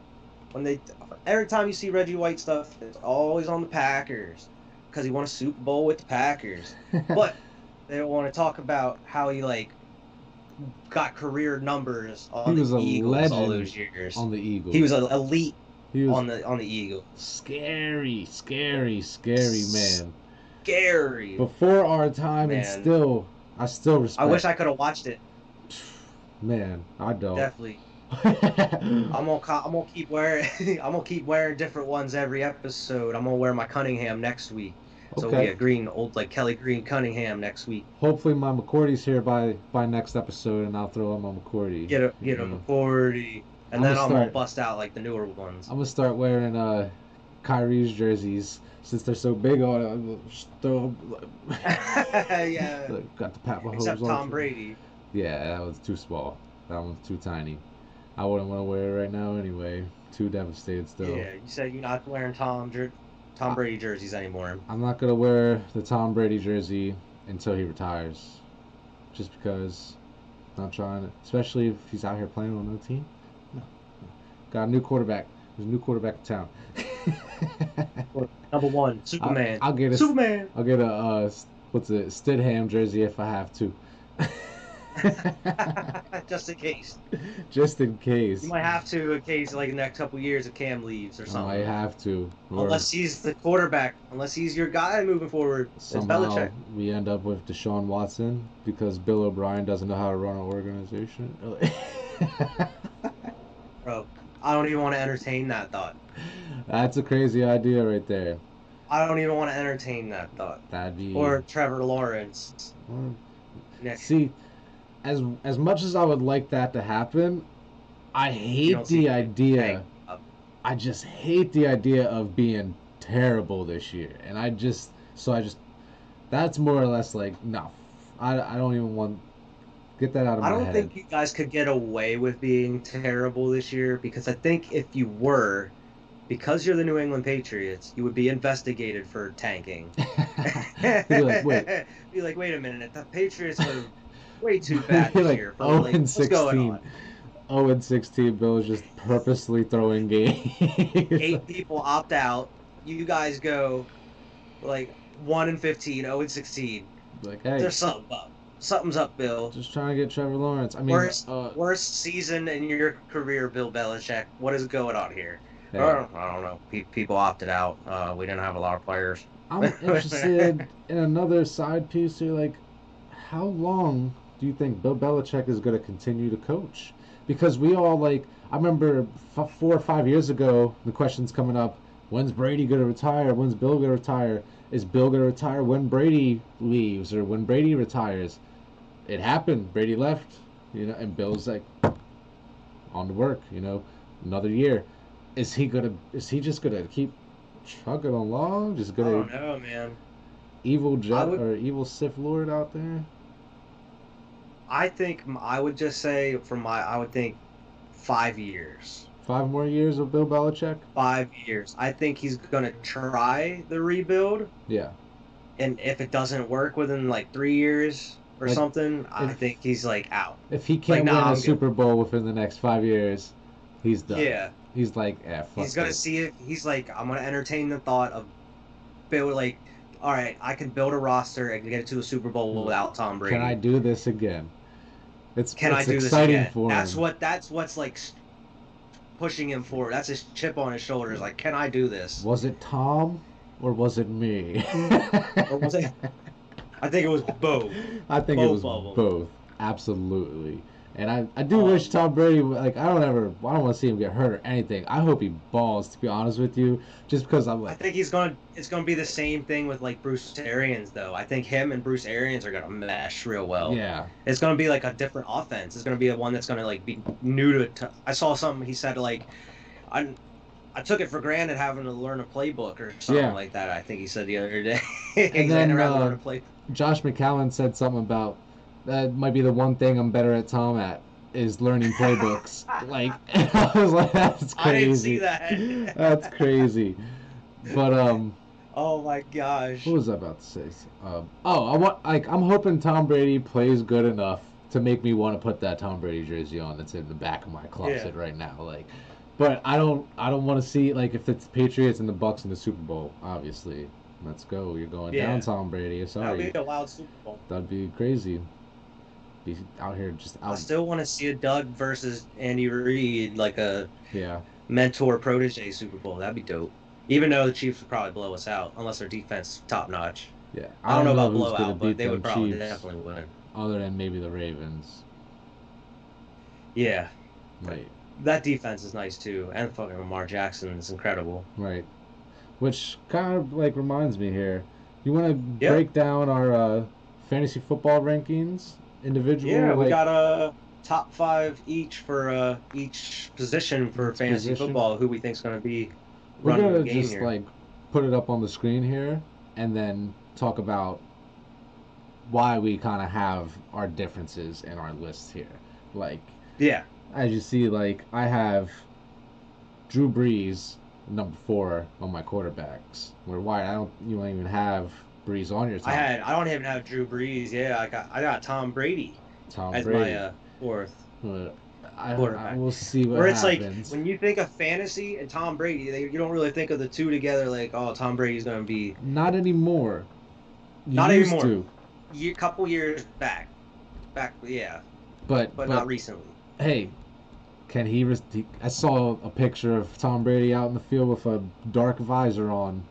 Speaker 1: when they, every time you see Reggie White stuff, it's always on the Packers, because he won a Super Bowl with the Packers. But they don't want to talk about how he like got career numbers on
Speaker 2: He
Speaker 1: the
Speaker 2: was a
Speaker 1: Eagles all
Speaker 2: legend
Speaker 1: those years.
Speaker 2: on the Eagles,
Speaker 1: He was a elite
Speaker 2: he was
Speaker 1: on the on the Eagles.
Speaker 2: scary, scary, scary man.
Speaker 1: Scary.
Speaker 2: Before our time, and
Speaker 1: Man.
Speaker 2: still, I still respect.
Speaker 1: I wish I could have watched it.
Speaker 2: Man, I don't.
Speaker 1: Definitely. I'm gonna co- I'm gonna keep wearing I'm gonna keep wearing different ones every episode. I'm gonna wear my Cunningham next week. So we
Speaker 2: Okay.
Speaker 1: yeah, Green, old like Kelly Green Cunningham next week.
Speaker 2: Hopefully my McCourty's here by by next episode, and I'll throw him on McCourty.
Speaker 1: Get a get a
Speaker 2: Yeah.
Speaker 1: McCourty, and then
Speaker 2: Mm-hmm. I'm gonna
Speaker 1: I'm gonna
Speaker 2: start-
Speaker 1: bust out like the newer ones.
Speaker 2: I'm gonna start wearing uh, Kyrie's jerseys since they're so big on it. I'm gonna just throw 'em, like-
Speaker 1: Yeah.
Speaker 2: Like, got the Pat Mahomes.
Speaker 1: Except
Speaker 2: on
Speaker 1: Tom
Speaker 2: for-
Speaker 1: Brady.
Speaker 2: Yeah, that was too small. That one's too tiny. I wouldn't want to wear it right now anyway. Too devastated still.
Speaker 1: Yeah, you said you're not wearing Tom jer- Tom Brady jerseys anymore.
Speaker 2: I'm not gonna wear the Tom Brady jersey until he retires, just because. Not trying, to, especially if he's out here playing on no team. No, no. got a new quarterback. There's a new quarterback in town.
Speaker 1: Number one,
Speaker 2: I'll,
Speaker 1: Superman.
Speaker 2: I'll get a.
Speaker 1: Superman.
Speaker 2: will get a. Uh, s- what's it? Stidham jersey if I have to.
Speaker 1: just in case.
Speaker 2: Just in case.
Speaker 1: You might have to in case, like, in the next couple years, if Cam leaves or
Speaker 2: I might
Speaker 1: something.
Speaker 2: have to. Or
Speaker 1: Unless he's the quarterback, unless he's your guy moving forward. It's
Speaker 2: somehow
Speaker 1: Belichick.
Speaker 2: we end up with Deshaun Watson because Bill O'Brien doesn't know how to run an organization.
Speaker 1: Bro, I don't even want to entertain that thought.
Speaker 2: That's a crazy idea right there.
Speaker 1: I don't even want to entertain that thought.
Speaker 2: That'd be
Speaker 1: Or Trevor Lawrence.
Speaker 2: or
Speaker 1: Next.
Speaker 2: See, as as much as I would like that to happen, I hate
Speaker 1: don't see
Speaker 2: the
Speaker 1: it.
Speaker 2: idea.
Speaker 1: Up.
Speaker 2: I just hate the idea of being terrible this year, and I just so I just that's more or less like no, f- I, I don't even want get that out of
Speaker 1: I
Speaker 2: my
Speaker 1: don't
Speaker 2: head.
Speaker 1: think you guys could get away with being terrible this year because I think if you were, because you're the New England Patriots, you would be investigated for tanking.
Speaker 2: Be like, wait,
Speaker 1: Be like, wait a minute, the Patriots are way too bad
Speaker 2: Be
Speaker 1: this
Speaker 2: like,
Speaker 1: year. for,
Speaker 2: "Oh,
Speaker 1: like,
Speaker 2: and
Speaker 1: what's going
Speaker 2: 16."
Speaker 1: on?
Speaker 2: oh and sixteen, Bill is just purposely throwing games.
Speaker 1: Eight people opt out. You guys go like one and 15, 0 and sixteen.
Speaker 2: like hey,
Speaker 1: There's something up. Something's up, Bill.
Speaker 2: just trying to get Trevor Lawrence. I mean,
Speaker 1: Worst-
Speaker 2: uh,
Speaker 1: Worst season in your career, Bill Belichick. What is going on here?
Speaker 2: hey.
Speaker 1: I, don't, I don't know. Pe- people opted out. Uh, we didn't have a lot of players.
Speaker 2: I'm interested in another side piece here. Like, how long do you think Bill Belichick is going to continue to coach? Because we all, like, I remember f- four or five years ago, the question's coming up when's Brady going to retire? When's Bill going to retire? Is Bill going to retire when Brady leaves or when Brady retires? It happened. Brady left, you know, and Bill's like, on to work, you know, another year. Is he gonna? Is he just gonna keep chugging along? Just
Speaker 1: I
Speaker 2: gonna
Speaker 1: don't know, man.
Speaker 2: evil
Speaker 1: I
Speaker 2: jet
Speaker 1: would-
Speaker 2: or evil Sith Lord out there.
Speaker 1: I think m- I would just say from my I would think five years.
Speaker 2: Five more years of Bill Belichick.
Speaker 1: Five years. I think he's gonna try the rebuild,
Speaker 2: Yeah,
Speaker 1: and if it doesn't work within like three years or
Speaker 2: Like,
Speaker 1: something, I
Speaker 2: if-
Speaker 1: think he's like out.
Speaker 2: if he can't
Speaker 1: Like, nah,
Speaker 2: win a
Speaker 1: I'm good.
Speaker 2: Super Bowl within the next five years, he's done.
Speaker 1: Yeah,
Speaker 2: he's like, eh, fuck
Speaker 1: he's gonna
Speaker 2: this.
Speaker 1: see it. He's like, I'm gonna entertain the thought of build like, all right, I can build a roster and get to a Super Bowl without Tom Brady.
Speaker 2: Mm-hmm. Can I do this again? It's
Speaker 1: can
Speaker 2: it's
Speaker 1: I do
Speaker 2: exciting
Speaker 1: this again?
Speaker 2: for him.
Speaker 1: That's what that's what's like s- pushing him forward. That's his chip on his shoulders. Like, can I do this?
Speaker 2: Was it Tom or was it me?
Speaker 1: Or was it- I think it was both.
Speaker 2: I think it
Speaker 1: Both
Speaker 2: was
Speaker 1: of 'em.
Speaker 2: both. Absolutely. And I, I do
Speaker 1: Um,
Speaker 2: wish Tom Brady would- like I don't ever I don't want to see him get hurt or anything. I hope he balls to be honest with you, just because I'm
Speaker 1: I
Speaker 2: like
Speaker 1: think he's gonna. It's gonna be the same thing with like Bruce Arians though. I think him and Bruce Arians are gonna mesh real well.
Speaker 2: yeah
Speaker 1: It's gonna be like a different offense. It's gonna be the one that's gonna like be new to. T- I saw something he said like, I, I took it for granted having to learn a playbook or something
Speaker 2: Yeah.
Speaker 1: like that. I think he said the other day. he's
Speaker 2: And
Speaker 1: ran
Speaker 2: then,
Speaker 1: around
Speaker 2: uh,
Speaker 1: learning a play.
Speaker 2: Josh McCown said something about that might be the one thing I'm better at Tom at is learning playbooks. like I was like, that's crazy.
Speaker 1: I didn't see that.
Speaker 2: that's crazy. But um,
Speaker 1: Oh my gosh.
Speaker 2: what was I about to say? Um, oh, I want like I'm hoping Tom Brady plays good enough to make me want to put that Tom Brady jersey on that's in the back of my closet right now. Like, but I don't I don't want to see like if it's Patriots and the Bucks in the Super Bowl. Obviously, let's go. You're going
Speaker 1: Yeah.
Speaker 2: down, Tom Brady. Sorry.
Speaker 1: That would be a wild Super Bowl.
Speaker 2: That'd be crazy. Be out here just
Speaker 1: I
Speaker 2: out.
Speaker 1: still want to see a Doug versus Andy Reid, like a
Speaker 2: Yeah,
Speaker 1: mentor protege Super Bowl. That'd be dope. Even though the Chiefs would probably blow us out, unless their defense top notch.
Speaker 2: yeah.
Speaker 1: I, don't know about
Speaker 2: who's gonna
Speaker 1: blowout,
Speaker 2: beat
Speaker 1: but they would
Speaker 2: them
Speaker 1: probably
Speaker 2: Chiefs,
Speaker 1: definitely win.
Speaker 2: Other than maybe the Ravens,
Speaker 1: Yeah,
Speaker 2: right?
Speaker 1: that defense is nice too, and fucking Lamar Jackson is incredible.
Speaker 2: Right. Which kind of like reminds me here. You want to
Speaker 1: Yeah.
Speaker 2: break down our uh, fantasy football rankings, individual?
Speaker 1: Yeah, we
Speaker 2: like-
Speaker 1: got a top five each for uh, each position for
Speaker 2: Each
Speaker 1: fantasy
Speaker 2: position.
Speaker 1: football. Who we think's going to be
Speaker 2: We're
Speaker 1: running
Speaker 2: gonna
Speaker 1: the game
Speaker 2: just
Speaker 1: here?
Speaker 2: like put it up on the screen here, and then talk about why we kind of have our differences in our lists here. Like,
Speaker 1: yeah,
Speaker 2: as you see, like I have Drew Brees number four on my quarterbacks. Where why I don't you don't even have Brees on your top.
Speaker 1: I had. I don't even have Drew Brees. Yeah, I got. I got Tom Brady.
Speaker 2: Tom
Speaker 1: as
Speaker 2: Brady.
Speaker 1: my uh, fourth.
Speaker 2: but I, I
Speaker 1: quarterback.
Speaker 2: will see what
Speaker 1: Where it's
Speaker 2: happens.
Speaker 1: like when you think of fantasy and Tom Brady, they, you don't really think of the two together. Like, oh, Tom Brady's going to be
Speaker 2: Not anymore. You
Speaker 1: Not
Speaker 2: used
Speaker 1: anymore.
Speaker 2: to.
Speaker 1: a couple years back. back, yeah,
Speaker 2: But,
Speaker 1: but not recently.
Speaker 2: hey, can he, res- he? I saw a picture of Tom Brady out in the field with a dark visor on.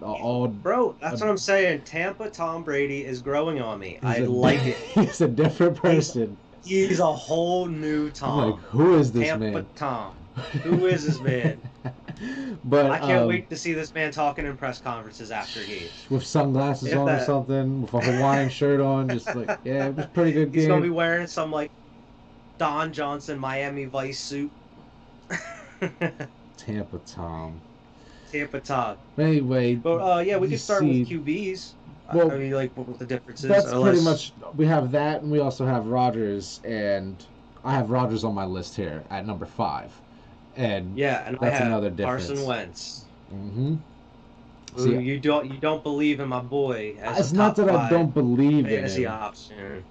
Speaker 2: A- All
Speaker 1: Bro, that's what I'm saying. Tampa Tom Brady is growing on me. I like it.
Speaker 2: He's a different person.
Speaker 1: He's a whole new
Speaker 2: I'm
Speaker 1: Tom.
Speaker 2: like, who is Oh this
Speaker 1: Tampa
Speaker 2: man?
Speaker 1: Tom. who is this man?
Speaker 2: but
Speaker 1: I can't
Speaker 2: um,
Speaker 1: wait to see this man talking in press conferences after he.
Speaker 2: With sunglasses
Speaker 1: If
Speaker 2: on or
Speaker 1: that-
Speaker 2: something, with a Hawaiian shirt on, just like yeah, it was a pretty good
Speaker 1: He's gonna be
Speaker 2: game.
Speaker 1: wearing some like Don Johnson Miami Vice suit.
Speaker 2: Tampa Tom.
Speaker 1: Tampa Tom.
Speaker 2: Anyway,
Speaker 1: But uh, yeah, we
Speaker 2: You
Speaker 1: could start
Speaker 2: see-
Speaker 1: with QBs. I-
Speaker 2: Well,
Speaker 1: I mean, like what the differences.
Speaker 2: that's pretty
Speaker 1: unless-
Speaker 2: much we have that, and we also have Rogers, and I have Rogers on my list here at number five, and
Speaker 1: Yeah, and
Speaker 2: That's
Speaker 1: I have
Speaker 2: another
Speaker 1: Carson
Speaker 2: difference.
Speaker 1: Wentz.
Speaker 2: hmm
Speaker 1: Who
Speaker 2: See,
Speaker 1: you don't you don't believe in my boy? As
Speaker 2: it's
Speaker 1: a
Speaker 2: not
Speaker 1: top
Speaker 2: that I
Speaker 1: five
Speaker 2: don't believe in
Speaker 1: fantasy
Speaker 2: him.
Speaker 1: option.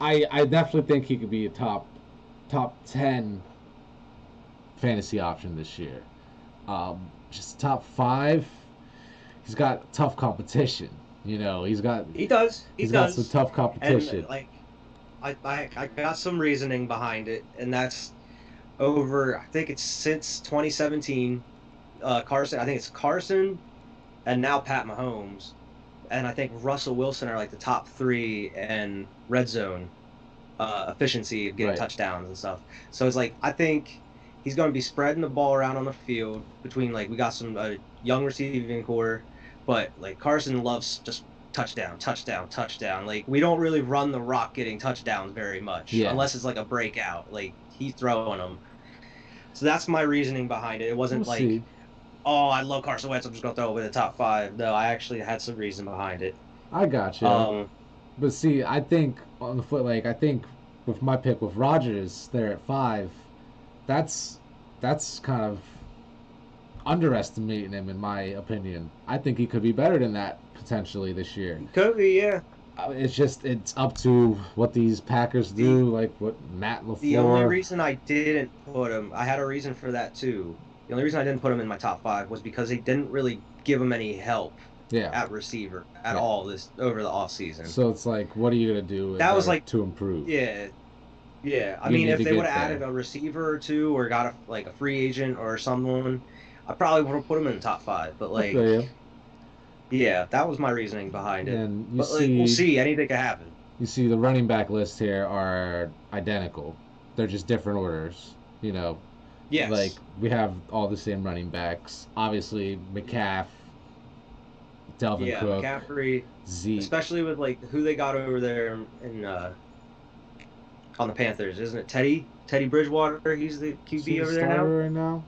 Speaker 2: I I definitely think he could be a top top ten fantasy option this year. Um, just top five. He's got tough competition. You know, he's got
Speaker 1: He does. He
Speaker 2: he's got
Speaker 1: does.
Speaker 2: some tough competition.
Speaker 1: and like, I, I I got some reasoning behind it, and that's over. I think it's since 2017. Uh, Carson, I think it's Carson, and now Pat Mahomes, and I think Russell Wilson are like the top three in red zone uh, efficiency of getting
Speaker 2: Right.
Speaker 1: touchdowns and stuff. So it's like I think he's going to be spreading the ball around on the field between like we got some uh, young receiving core, but like Carson loves just touchdown, touchdown, touchdown. Like we don't really run the rock getting touchdowns very much
Speaker 2: Yeah.
Speaker 1: unless it's like a breakout. Like he's throwing them. So that's my reasoning behind it. It wasn't
Speaker 2: We'll
Speaker 1: like,
Speaker 2: see.
Speaker 1: oh, I love Carson Wentz. I'm just gonna throw over the top five. No, I actually had some reason behind it.
Speaker 2: I got you.
Speaker 1: Um,
Speaker 2: But see, I think on the foot, like I think with my pick with Rogers there at five, that's that's kind of underestimating him in my opinion. I think he could be better than that potentially this year.
Speaker 1: Kobe, yeah.
Speaker 2: Uh, It's just it's up to what these Packers do, like what Matt Lafleur.
Speaker 1: The only reason I didn't put him, I had a reason for that too. The only reason I didn't put him in my top five was because they didn't really give him any help
Speaker 2: yeah.
Speaker 1: at receiver at
Speaker 2: Yeah.
Speaker 1: all this over the offseason.
Speaker 2: So it's like, what are you gonna do? in
Speaker 1: That was
Speaker 2: order
Speaker 1: like-
Speaker 2: to improve.
Speaker 1: Yeah. Yeah. I
Speaker 2: You
Speaker 1: mean,
Speaker 2: need
Speaker 1: if
Speaker 2: to
Speaker 1: they
Speaker 2: get
Speaker 1: would have added
Speaker 2: there.
Speaker 1: a receiver or two or got a, like a free agent or someone, I probably would have put him in the top five. But, like,
Speaker 2: Okay, yeah.
Speaker 1: yeah, that was my reasoning behind it.
Speaker 2: and you
Speaker 1: But, like,
Speaker 2: see,
Speaker 1: we'll see. Anything could happen.
Speaker 2: you see the running back list here are identical. They're just different orders. You know,
Speaker 1: Yes.
Speaker 2: Like we have all the same running backs. Obviously, McCaff, Delvin
Speaker 1: yeah,
Speaker 2: Cook,
Speaker 1: McCaffrey,
Speaker 2: Zeke.
Speaker 1: especially with, like, who they got over there in, in, uh, on the Panthers, isn't it? Teddy? Teddy Bridgewater? He's the
Speaker 2: Is
Speaker 1: QB
Speaker 2: he the
Speaker 1: over there
Speaker 2: starter
Speaker 1: now?
Speaker 2: Right now.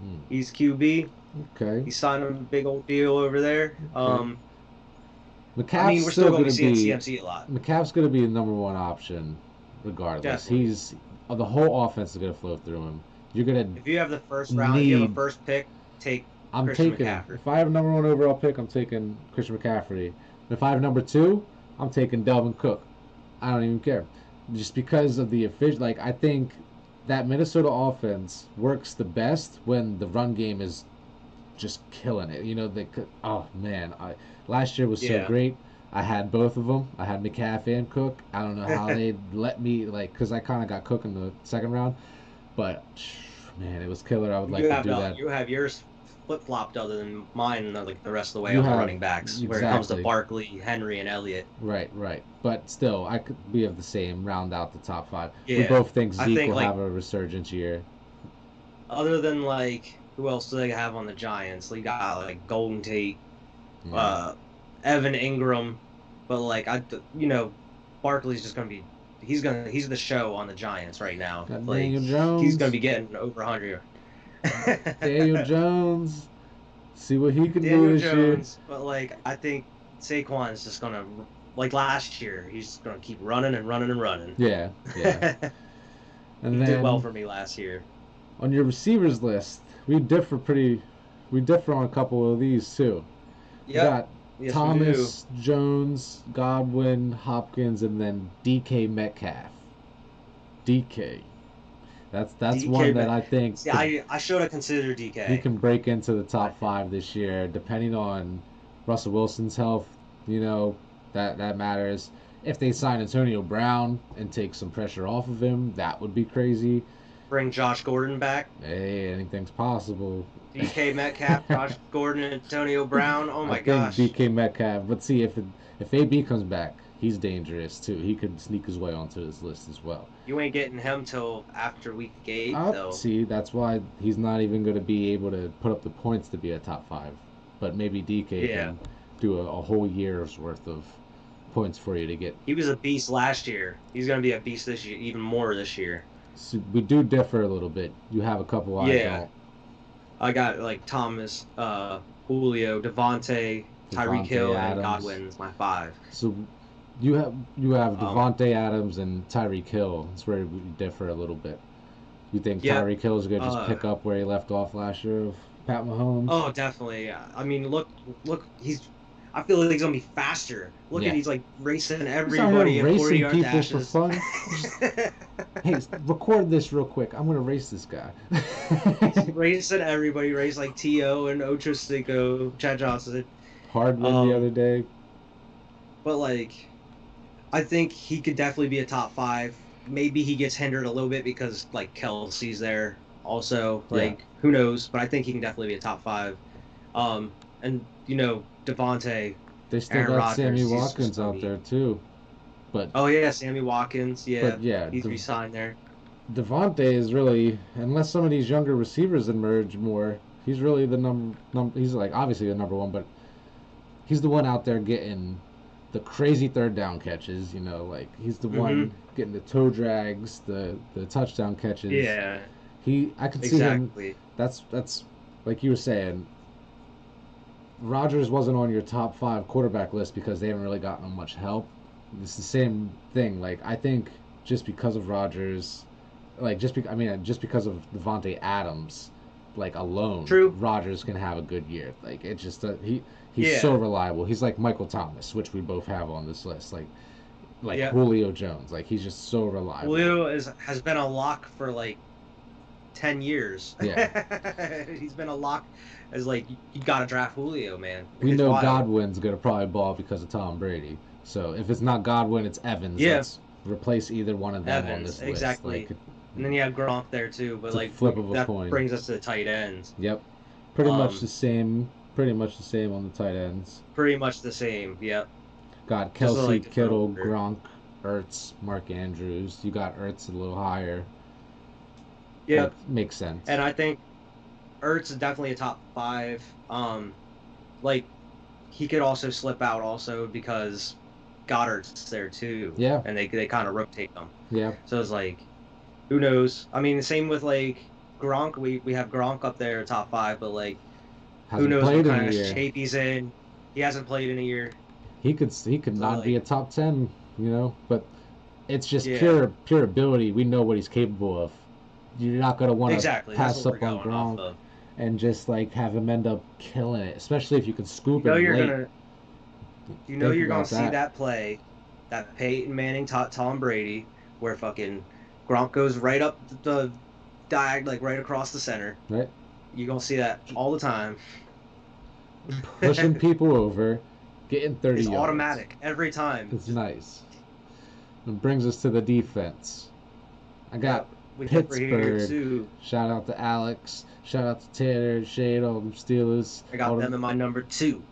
Speaker 2: Hmm,
Speaker 1: He's QB.
Speaker 2: okay.
Speaker 1: He signed a big old deal over there. Um,
Speaker 2: McCaff's
Speaker 1: I mean, we're still
Speaker 2: still
Speaker 1: going
Speaker 2: going
Speaker 1: to
Speaker 2: to
Speaker 1: see
Speaker 2: be
Speaker 1: CMC a lot.
Speaker 2: McCaff's going to be the number one option, regardless.
Speaker 1: Definitely.
Speaker 2: He's uh, the whole offense is going to flow through him. You're going to.
Speaker 1: If you have the first round, if you have a
Speaker 2: Need.
Speaker 1: first pick, take
Speaker 2: I'm
Speaker 1: Christian
Speaker 2: taking.
Speaker 1: McCaffrey.
Speaker 2: If I have number one overall pick, I'm taking Christian McCaffrey. If I have number two, I'm taking Delvin Cook. I don't even care. Just because of the efficient, like I think that Minnesota offense works the best when the run game is just killing it. You know, they could, oh man, I, last year was so
Speaker 1: Yeah.
Speaker 2: great. I had both of them. I had McCaff and Cook. I don't know how they let me like because I kind of got Cook in the second round, but man, it was killer. I would like
Speaker 1: you
Speaker 2: to
Speaker 1: have
Speaker 2: do
Speaker 1: no-
Speaker 2: that.
Speaker 1: you have yours flip flopped other than mine and like the rest of the way
Speaker 2: You
Speaker 1: on the
Speaker 2: have-
Speaker 1: running backs where it comes to
Speaker 2: exactly.
Speaker 1: Barkley, Henry, and Elliott.
Speaker 2: Right, right. But still, I could we have the same round out the top five. We
Speaker 1: Yeah.
Speaker 2: both think
Speaker 1: I
Speaker 2: Zeke
Speaker 1: think,
Speaker 2: will
Speaker 1: like-
Speaker 2: have a resurgence year.
Speaker 1: Other than like who else do they have on the Giants? They got like Golden Tate,
Speaker 2: Yeah.
Speaker 1: uh, Evan Ingram, but like I, you know, Barkley's just gonna be he's gonna he's the show on the Giants right now.
Speaker 2: Got
Speaker 1: Like
Speaker 2: Daniel Jones.
Speaker 1: he's gonna be getting over hundred.
Speaker 2: Daniel Jones. See what he can do
Speaker 1: Daniel
Speaker 2: this
Speaker 1: Jones, but like I think Saquon is just gonna like last year, he's just gonna keep running and running and running.
Speaker 2: year. Yeah, yeah. And
Speaker 1: he
Speaker 2: then
Speaker 1: did well for me last year.
Speaker 2: on your receivers list, we differ pretty. We differ on a couple of these too. We
Speaker 1: Yeah,
Speaker 2: got Thomas Jones, Godwin, Hopkins, and then DK Metcalf. DK. That's that's
Speaker 1: DK
Speaker 2: one that
Speaker 1: Met-
Speaker 2: I think.
Speaker 1: See,
Speaker 2: could
Speaker 1: I I should have considered DK.
Speaker 2: he can break into the top five this year, depending on Russell Wilson's health. You know that that matters. If they sign Antonio Brown and take some pressure off of him, that would be crazy.
Speaker 1: Bring Josh Gordon back.
Speaker 2: Hey, anything's possible.
Speaker 1: DK Metcalf, Josh Gordon, Antonio Brown. Oh
Speaker 2: I
Speaker 1: my
Speaker 2: think
Speaker 1: gosh.
Speaker 2: DK Metcalf. Let's see if it, if AB comes back, he's dangerous too. He could sneak his way onto this list as well.
Speaker 1: You ain't getting him till after week eight,
Speaker 2: Uh,
Speaker 1: though.
Speaker 2: See, that's why he's not even going to be able to put up the points to be a top five. But maybe DK
Speaker 1: Yeah.
Speaker 2: can do a, a whole year's worth of points for you to get.
Speaker 1: He was a beast last year. He's going to be a beast this year, even more this year.
Speaker 2: So we do differ a little bit. You have a couple. I
Speaker 1: Yeah.
Speaker 2: don't.
Speaker 1: I got like Thomas, uh, Julio, Devontae, Tyreek
Speaker 2: Devontae
Speaker 1: Hill, and
Speaker 2: Adams.
Speaker 1: Godwin's my five.
Speaker 2: So you have you
Speaker 1: Um,
Speaker 2: have Devonte Adams and Tyreek Hill. That's where we differ a little bit. You think
Speaker 1: Yeah,
Speaker 2: Tyreek Hill is going to just
Speaker 1: uh,
Speaker 2: pick up where he left off last year of Pat Mahomes?
Speaker 1: Oh, definitely. I mean, look, look, he's. I feel like he's gonna be faster. Look
Speaker 2: Yeah.
Speaker 1: at he's like racing
Speaker 2: He's out here
Speaker 1: everybody in forty yard dashes.
Speaker 2: for fun. hey, s- record this real quick. I'm gonna race this guy.
Speaker 1: racing everybody, race like To and Ocho Cinco, Chad Johnson.
Speaker 2: Hard win
Speaker 1: Um,
Speaker 2: the other day.
Speaker 1: But like, I think he could definitely be a top five. Maybe he gets hindered a little bit because like Kelsey's there also.
Speaker 2: Yeah.
Speaker 1: Like who knows? But I think he can definitely be a top five. Um, and you know Devonte.
Speaker 2: They still
Speaker 1: Aaron
Speaker 2: got
Speaker 1: Rodgers,
Speaker 2: Sammy
Speaker 1: he's
Speaker 2: Watkins
Speaker 1: just
Speaker 2: out
Speaker 1: elite.
Speaker 2: there too. But
Speaker 1: Oh yeah, Sammy Watkins. Yeah,
Speaker 2: but yeah,
Speaker 1: he's
Speaker 2: De-
Speaker 1: resigned there.
Speaker 2: Devontae is really unless some of these younger receivers emerge more, he's really the number num- he's like obviously the number one, but he's the one out there getting the crazy third down catches, you know, like he's the one getting the toe drags, the the touchdown catches.
Speaker 1: Yeah,
Speaker 2: He I could see him
Speaker 1: exactly.
Speaker 2: that's that's like you were saying. Rodgers wasn't on your top five quarterback list because they haven't really gotten him much help. It's the same thing. Like I think just because of Rodgers, like just be, I mean just because of Devonte Adams, like alone,
Speaker 1: True.
Speaker 2: Rodgers can have a good year. Like it just uh, he he's
Speaker 1: Yeah.
Speaker 2: so reliable. He's like Michael Thomas, which we both have on this list. Like like
Speaker 1: Yeah.
Speaker 2: Julio Jones, like he's just so reliable.
Speaker 1: Julio is has been a lock for like ten years. Yeah, he's been a lock. As like you gotta draft Julio, man.
Speaker 2: We
Speaker 1: It's
Speaker 2: know
Speaker 1: wild.
Speaker 2: Godwin's gonna probably ball because of Tom Brady. So if it's not Godwin, it's Evans.
Speaker 1: Yeah.
Speaker 2: Let's replace either one of them on
Speaker 1: Evans,
Speaker 2: this list.
Speaker 1: exactly.
Speaker 2: Like,
Speaker 1: And then you have Gronk there too, but
Speaker 2: It's a
Speaker 1: like
Speaker 2: flip of a
Speaker 1: that
Speaker 2: coin.
Speaker 1: brings us to the tight ends.
Speaker 2: Yep. Pretty much
Speaker 1: Um,
Speaker 2: the same. Pretty much the same on the tight ends.
Speaker 1: Pretty much the same. Yep.
Speaker 2: Got
Speaker 1: Those are
Speaker 2: Kelsey,
Speaker 1: like the
Speaker 2: Kittle,
Speaker 1: filter.
Speaker 2: Gronk, Ertz, Mark Andrews. You got Ertz a little higher.
Speaker 1: Yep.
Speaker 2: Like, makes sense.
Speaker 1: And I think Ertz is definitely a top five. Um, like he could also slip out also because Goddard's there too.
Speaker 2: Yeah.
Speaker 1: And they they kind of rotate them.
Speaker 2: yeah.
Speaker 1: So it's like, who knows? I mean, the same with like Gronk. We we have Gronk up there top five, but like who
Speaker 2: Hasn't
Speaker 1: knows what
Speaker 2: played in
Speaker 1: kind
Speaker 2: a
Speaker 1: of
Speaker 2: year.
Speaker 1: shape he's in. He hasn't played in a year.
Speaker 2: He could he could
Speaker 1: So,
Speaker 2: not be a
Speaker 1: like-
Speaker 2: top ten, you know. But it's just
Speaker 1: Yeah.
Speaker 2: pure pure ability. We know what he's capable of. You're not gonna want to
Speaker 1: exactly.
Speaker 2: pass
Speaker 1: That's what
Speaker 2: up
Speaker 1: we're going
Speaker 2: on
Speaker 1: off
Speaker 2: Gronk
Speaker 1: of.
Speaker 2: and just like have him end up killing it, especially if you can
Speaker 1: You
Speaker 2: scoop
Speaker 1: know
Speaker 2: him
Speaker 1: you're
Speaker 2: late.
Speaker 1: gonna. You know
Speaker 2: Think
Speaker 1: you're gonna
Speaker 2: about
Speaker 1: see
Speaker 2: that.
Speaker 1: that play, that Peyton Manning taught Tom Brady, where fucking Gronk goes right up the diag, like right across the center.
Speaker 2: Right.
Speaker 1: You're gonna see that all the time.
Speaker 2: Pushing people over, getting thirty.
Speaker 1: It's
Speaker 2: yards.
Speaker 1: automatic every time.
Speaker 2: It's nice. It brings us to the defense. I got
Speaker 1: We think we're here
Speaker 2: Pittsburgh.
Speaker 1: too.
Speaker 2: shout out to Alex, shout out to Tanner, Shade, all them Steelers.
Speaker 1: I got
Speaker 2: all
Speaker 1: them in my number two.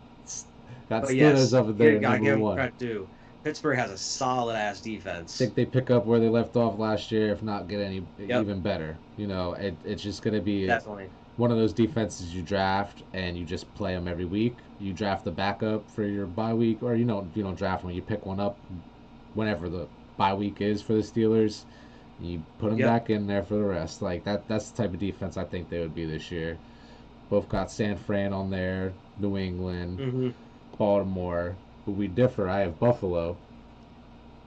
Speaker 2: got
Speaker 1: But
Speaker 2: Steelers
Speaker 1: yes,
Speaker 2: over
Speaker 1: you
Speaker 2: there. at
Speaker 1: gotta
Speaker 2: number
Speaker 1: give them
Speaker 2: one.
Speaker 1: credit due. Pittsburgh has a solid ass defense.
Speaker 2: think they pick up where they left off last year, if not get any
Speaker 1: Yep.
Speaker 2: even better. You know, it, it's just going to be
Speaker 1: Definitely.
Speaker 2: one of those defenses you draft and you just play them every week. You draft the backup for your bye week, or you know, you don't draft one. You pick one up whenever the bye week is for the Steelers. You put them
Speaker 1: Yep.
Speaker 2: back in there for the rest. Like that. That's the type of defense I think they would be this year. Both got San Fran on there, New England,
Speaker 1: hmm
Speaker 2: Baltimore. But we differ. I have Buffalo,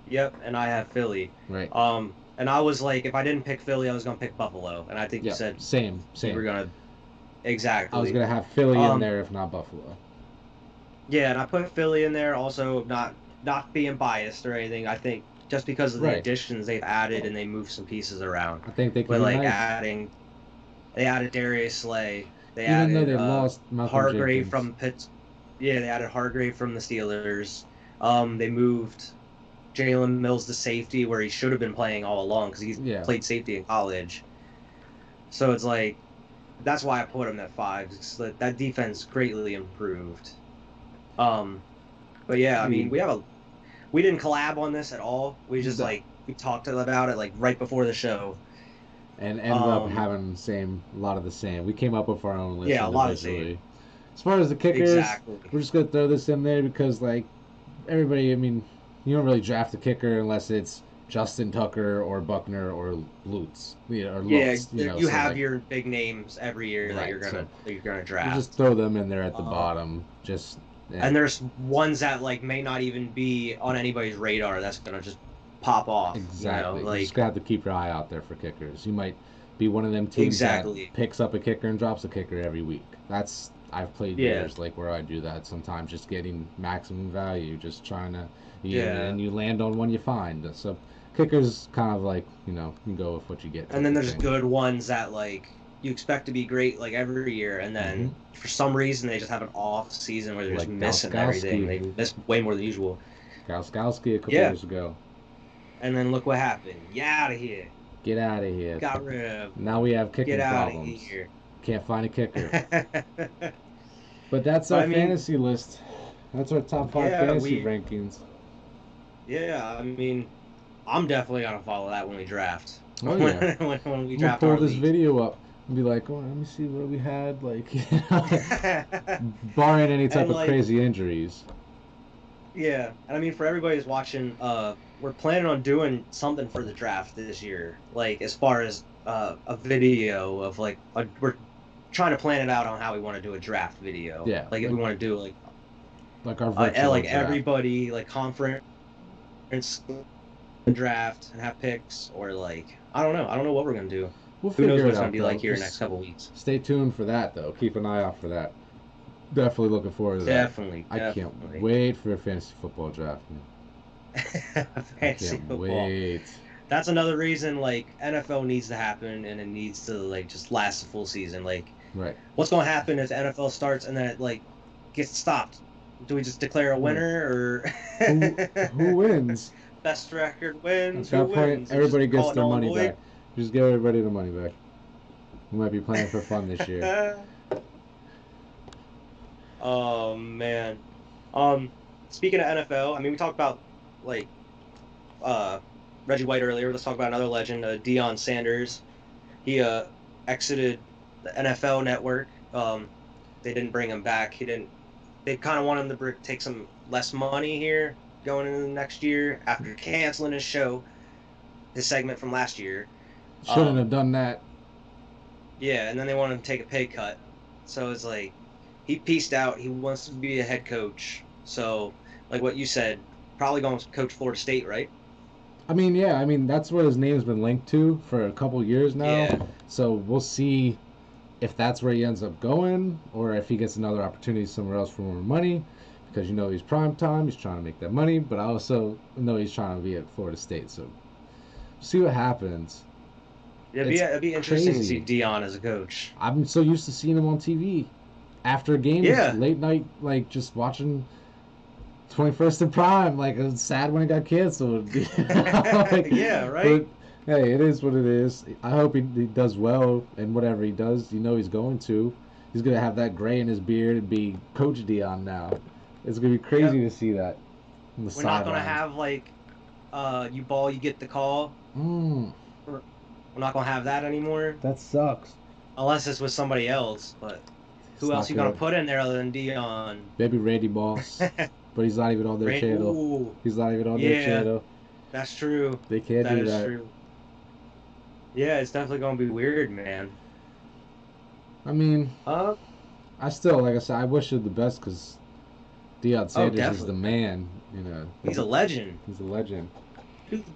Speaker 1: Yep. And I have Philly.
Speaker 2: right?
Speaker 1: Um, and I was like, if I didn't pick Philly, I was gonna pick Buffalo. And I think
Speaker 2: Yeah,
Speaker 1: you said
Speaker 2: same, same.
Speaker 1: you were gonna. Exactly.
Speaker 2: I was gonna have Philly in
Speaker 1: Um,
Speaker 2: there if not Buffalo.
Speaker 1: Yeah, and I put Philly in there also, not not being biased or anything. I think just because of the
Speaker 2: Right. Mhm.
Speaker 1: additions they've added and they moved some pieces around.
Speaker 2: I think they
Speaker 1: But
Speaker 2: can
Speaker 1: like
Speaker 2: like,
Speaker 1: adding, they added Darius Slay. They
Speaker 2: even
Speaker 1: added
Speaker 2: though they
Speaker 1: uh,
Speaker 2: lost Malcolm
Speaker 1: Hargrave
Speaker 2: Jenkins.
Speaker 1: from Pitts. Yeah, they added Hargrave from the Steelers. Um, they moved Jalen Mills the safety where he should have been playing all along because he's
Speaker 2: Yeah.
Speaker 1: played safety in college. So it's like that's why I put him at five. 'cause that, that defense greatly improved. Um, but yeah, I mean we have a we didn't collab on this at all. We just
Speaker 2: No.
Speaker 1: like we talked about it like right before the show.
Speaker 2: and ended up
Speaker 1: Um,
Speaker 2: having the same a lot of the same. We came up with our own list.
Speaker 1: Yeah, a lot of the
Speaker 2: individually. As far as the kickers, we're
Speaker 1: Exactly.
Speaker 2: just gonna throw this in there because like everybody, I mean, you don't really draft a kicker unless it's Justin Tucker or Buckner or Lutz. You know, or
Speaker 1: Yeah,
Speaker 2: Lutz,
Speaker 1: you,
Speaker 2: know, so,
Speaker 1: have
Speaker 2: like,
Speaker 1: your big names every year that
Speaker 2: Right,
Speaker 1: you're gonna
Speaker 2: so-
Speaker 1: that you're gonna
Speaker 2: you
Speaker 1: draft.
Speaker 2: just throw them in there at the
Speaker 1: Uh,
Speaker 2: bottom. Just
Speaker 1: And there's ones that like may not even be on anybody's radar that's gonna just pop off. you know,
Speaker 2: Exactly. You,
Speaker 1: Like
Speaker 2: just gotta have to keep your eye out there for kickers. You might be one of them teams
Speaker 1: Exactly.
Speaker 2: that picks up a kicker and drops a kicker every week. That's I've played
Speaker 1: Yeah.
Speaker 2: years like where I do that sometimes, just getting maximum value, just trying to. You,
Speaker 1: Yeah.
Speaker 2: And you land on one you find. So kickers kind of like you know you go with what you get.
Speaker 1: and then
Speaker 2: type of
Speaker 1: there's
Speaker 2: thing.
Speaker 1: good ones that like you expect to be great like every year and then for some reason they just have an off season where they're
Speaker 2: Mm-hmm. Like
Speaker 1: just missing
Speaker 2: Gostkowski.
Speaker 1: everything. They miss way more than usual.
Speaker 2: Gauskowski a couple
Speaker 1: Yeah.
Speaker 2: years ago.
Speaker 1: And then look what happened. Get out of here.
Speaker 2: Get out of here.
Speaker 1: Got rid of
Speaker 2: now we have kicking
Speaker 1: Get out of
Speaker 2: problems.
Speaker 1: here.
Speaker 2: Can't find a kicker. But that's
Speaker 1: But
Speaker 2: our
Speaker 1: I mean-
Speaker 2: fantasy list. That's our top five
Speaker 1: Yeah,
Speaker 2: fantasy
Speaker 1: we-
Speaker 2: rankings.
Speaker 1: yeah, I mean I'm definitely gonna follow that when we draft.
Speaker 2: Oh yeah.
Speaker 1: when, when we
Speaker 2: I'm gonna
Speaker 1: draft
Speaker 2: pull
Speaker 1: our
Speaker 2: this
Speaker 1: league.
Speaker 2: video up and be like, oh, let me see what we had. Like,
Speaker 1: yeah,
Speaker 2: barring any type
Speaker 1: And,
Speaker 2: of
Speaker 1: like-
Speaker 2: crazy injuries.
Speaker 1: and I mean for everybody who's watching, uh, we're planning on doing something for the draft this year, like as far as uh, a video of like a, we're trying to plan it out on how we want to do a draft video.
Speaker 2: Yeah.
Speaker 1: like if we want to do like
Speaker 2: Like our
Speaker 1: uh,
Speaker 2: virtual
Speaker 1: and, like
Speaker 2: draft.
Speaker 1: everybody like conference draft and have picks or like I don't know, I don't know what we're gonna do.
Speaker 2: We'll
Speaker 1: Who
Speaker 2: figure
Speaker 1: knows what
Speaker 2: it
Speaker 1: it's
Speaker 2: out.
Speaker 1: gonna be
Speaker 2: though.
Speaker 1: like here in the
Speaker 2: Just
Speaker 1: next couple weeks?
Speaker 2: Stay tuned for that though. Keep an eye out for that. Definitely looking forward to that.
Speaker 1: Definitely,
Speaker 2: I can't wait for a fantasy football draft. man.
Speaker 1: can't
Speaker 2: I
Speaker 1: Fantasy
Speaker 2: can't
Speaker 1: football.
Speaker 2: wait.
Speaker 1: that's another reason like NFL needs to happen and it needs to like just last a full season. Like
Speaker 2: Right.
Speaker 1: what's gonna happen if the NFL starts and then it like gets stopped? Do we just declare a winner
Speaker 2: Hmm. Who,
Speaker 1: or
Speaker 2: who wins?
Speaker 1: best record
Speaker 2: At
Speaker 1: wins? Who
Speaker 2: that
Speaker 1: wins?
Speaker 2: point,
Speaker 1: And
Speaker 2: everybody
Speaker 1: just
Speaker 2: gets
Speaker 1: call it
Speaker 2: their
Speaker 1: null and
Speaker 2: money
Speaker 1: void?
Speaker 2: back. Just give everybody their money back. We might be playing for fun this year.
Speaker 1: oh man. Um, speaking of NFL, I mean, we talked about like uh, Reggie White earlier. Let's talk about another legend, uh, Deion Sanders. He uh, exited the NFL network. Um, they didn't bring him back. He didn't. They kind of want him to br- take some less money here going into the next year after canceling his show, his segment from last year.
Speaker 2: Shouldn't
Speaker 1: Um,
Speaker 2: have done that.
Speaker 1: Yeah, and then they want him to take a pay cut. So it's like he pieced out. He wants to be a head coach. So, like what you said, probably going to coach Florida State, right?
Speaker 2: I mean, yeah, I mean that's what his name's been linked to for a couple years now.
Speaker 1: Yeah.
Speaker 2: So we'll see if that's where he ends up going, or if he gets another opportunity somewhere else for more money, because you know he's prime time, he's trying to make that money, but I also know he's trying to be at Florida State. So see what happens.
Speaker 1: It'd be
Speaker 2: It's
Speaker 1: it'd be interesting
Speaker 2: crazy.
Speaker 1: to see Dion as a coach.
Speaker 2: I'm so used to seeing him on TV after games,
Speaker 1: Yeah.
Speaker 2: late night, like just watching. 21st and Prime, like it was sad when it got canceled.
Speaker 1: Yeah, right?
Speaker 2: But, hey, it is what it is. I hope he, he does well, and whatever he does, you know he's going to. He's gonna have that gray in his beard and be Coach Dion now. It's gonna be crazy to see that. on the
Speaker 1: We're not going to
Speaker 2: sidelines.
Speaker 1: have like uh, you ball, you get the call.
Speaker 2: Mm,
Speaker 1: We're not going to have that anymore
Speaker 2: that sucks.
Speaker 1: unless it's with somebody else. But who else
Speaker 2: It's not
Speaker 1: you going to
Speaker 2: good.
Speaker 1: put in there other than Dion?
Speaker 2: Maybe Randy Moss, but he's not even on their
Speaker 1: Ray-
Speaker 2: channel.
Speaker 1: Ooh,
Speaker 2: He's not even on
Speaker 1: Yeah.
Speaker 2: their channel.
Speaker 1: that's true.
Speaker 2: They can't
Speaker 1: That
Speaker 2: do
Speaker 1: is
Speaker 2: that.
Speaker 1: true. Yeah, it's definitely going to be weird, man.
Speaker 2: I mean,
Speaker 1: Uh,
Speaker 2: I still, like I said, I wish him the best because Deion Sanders is
Speaker 1: Oh, definitely.
Speaker 2: the man. You know,
Speaker 1: he's a legend.
Speaker 2: he's a legend.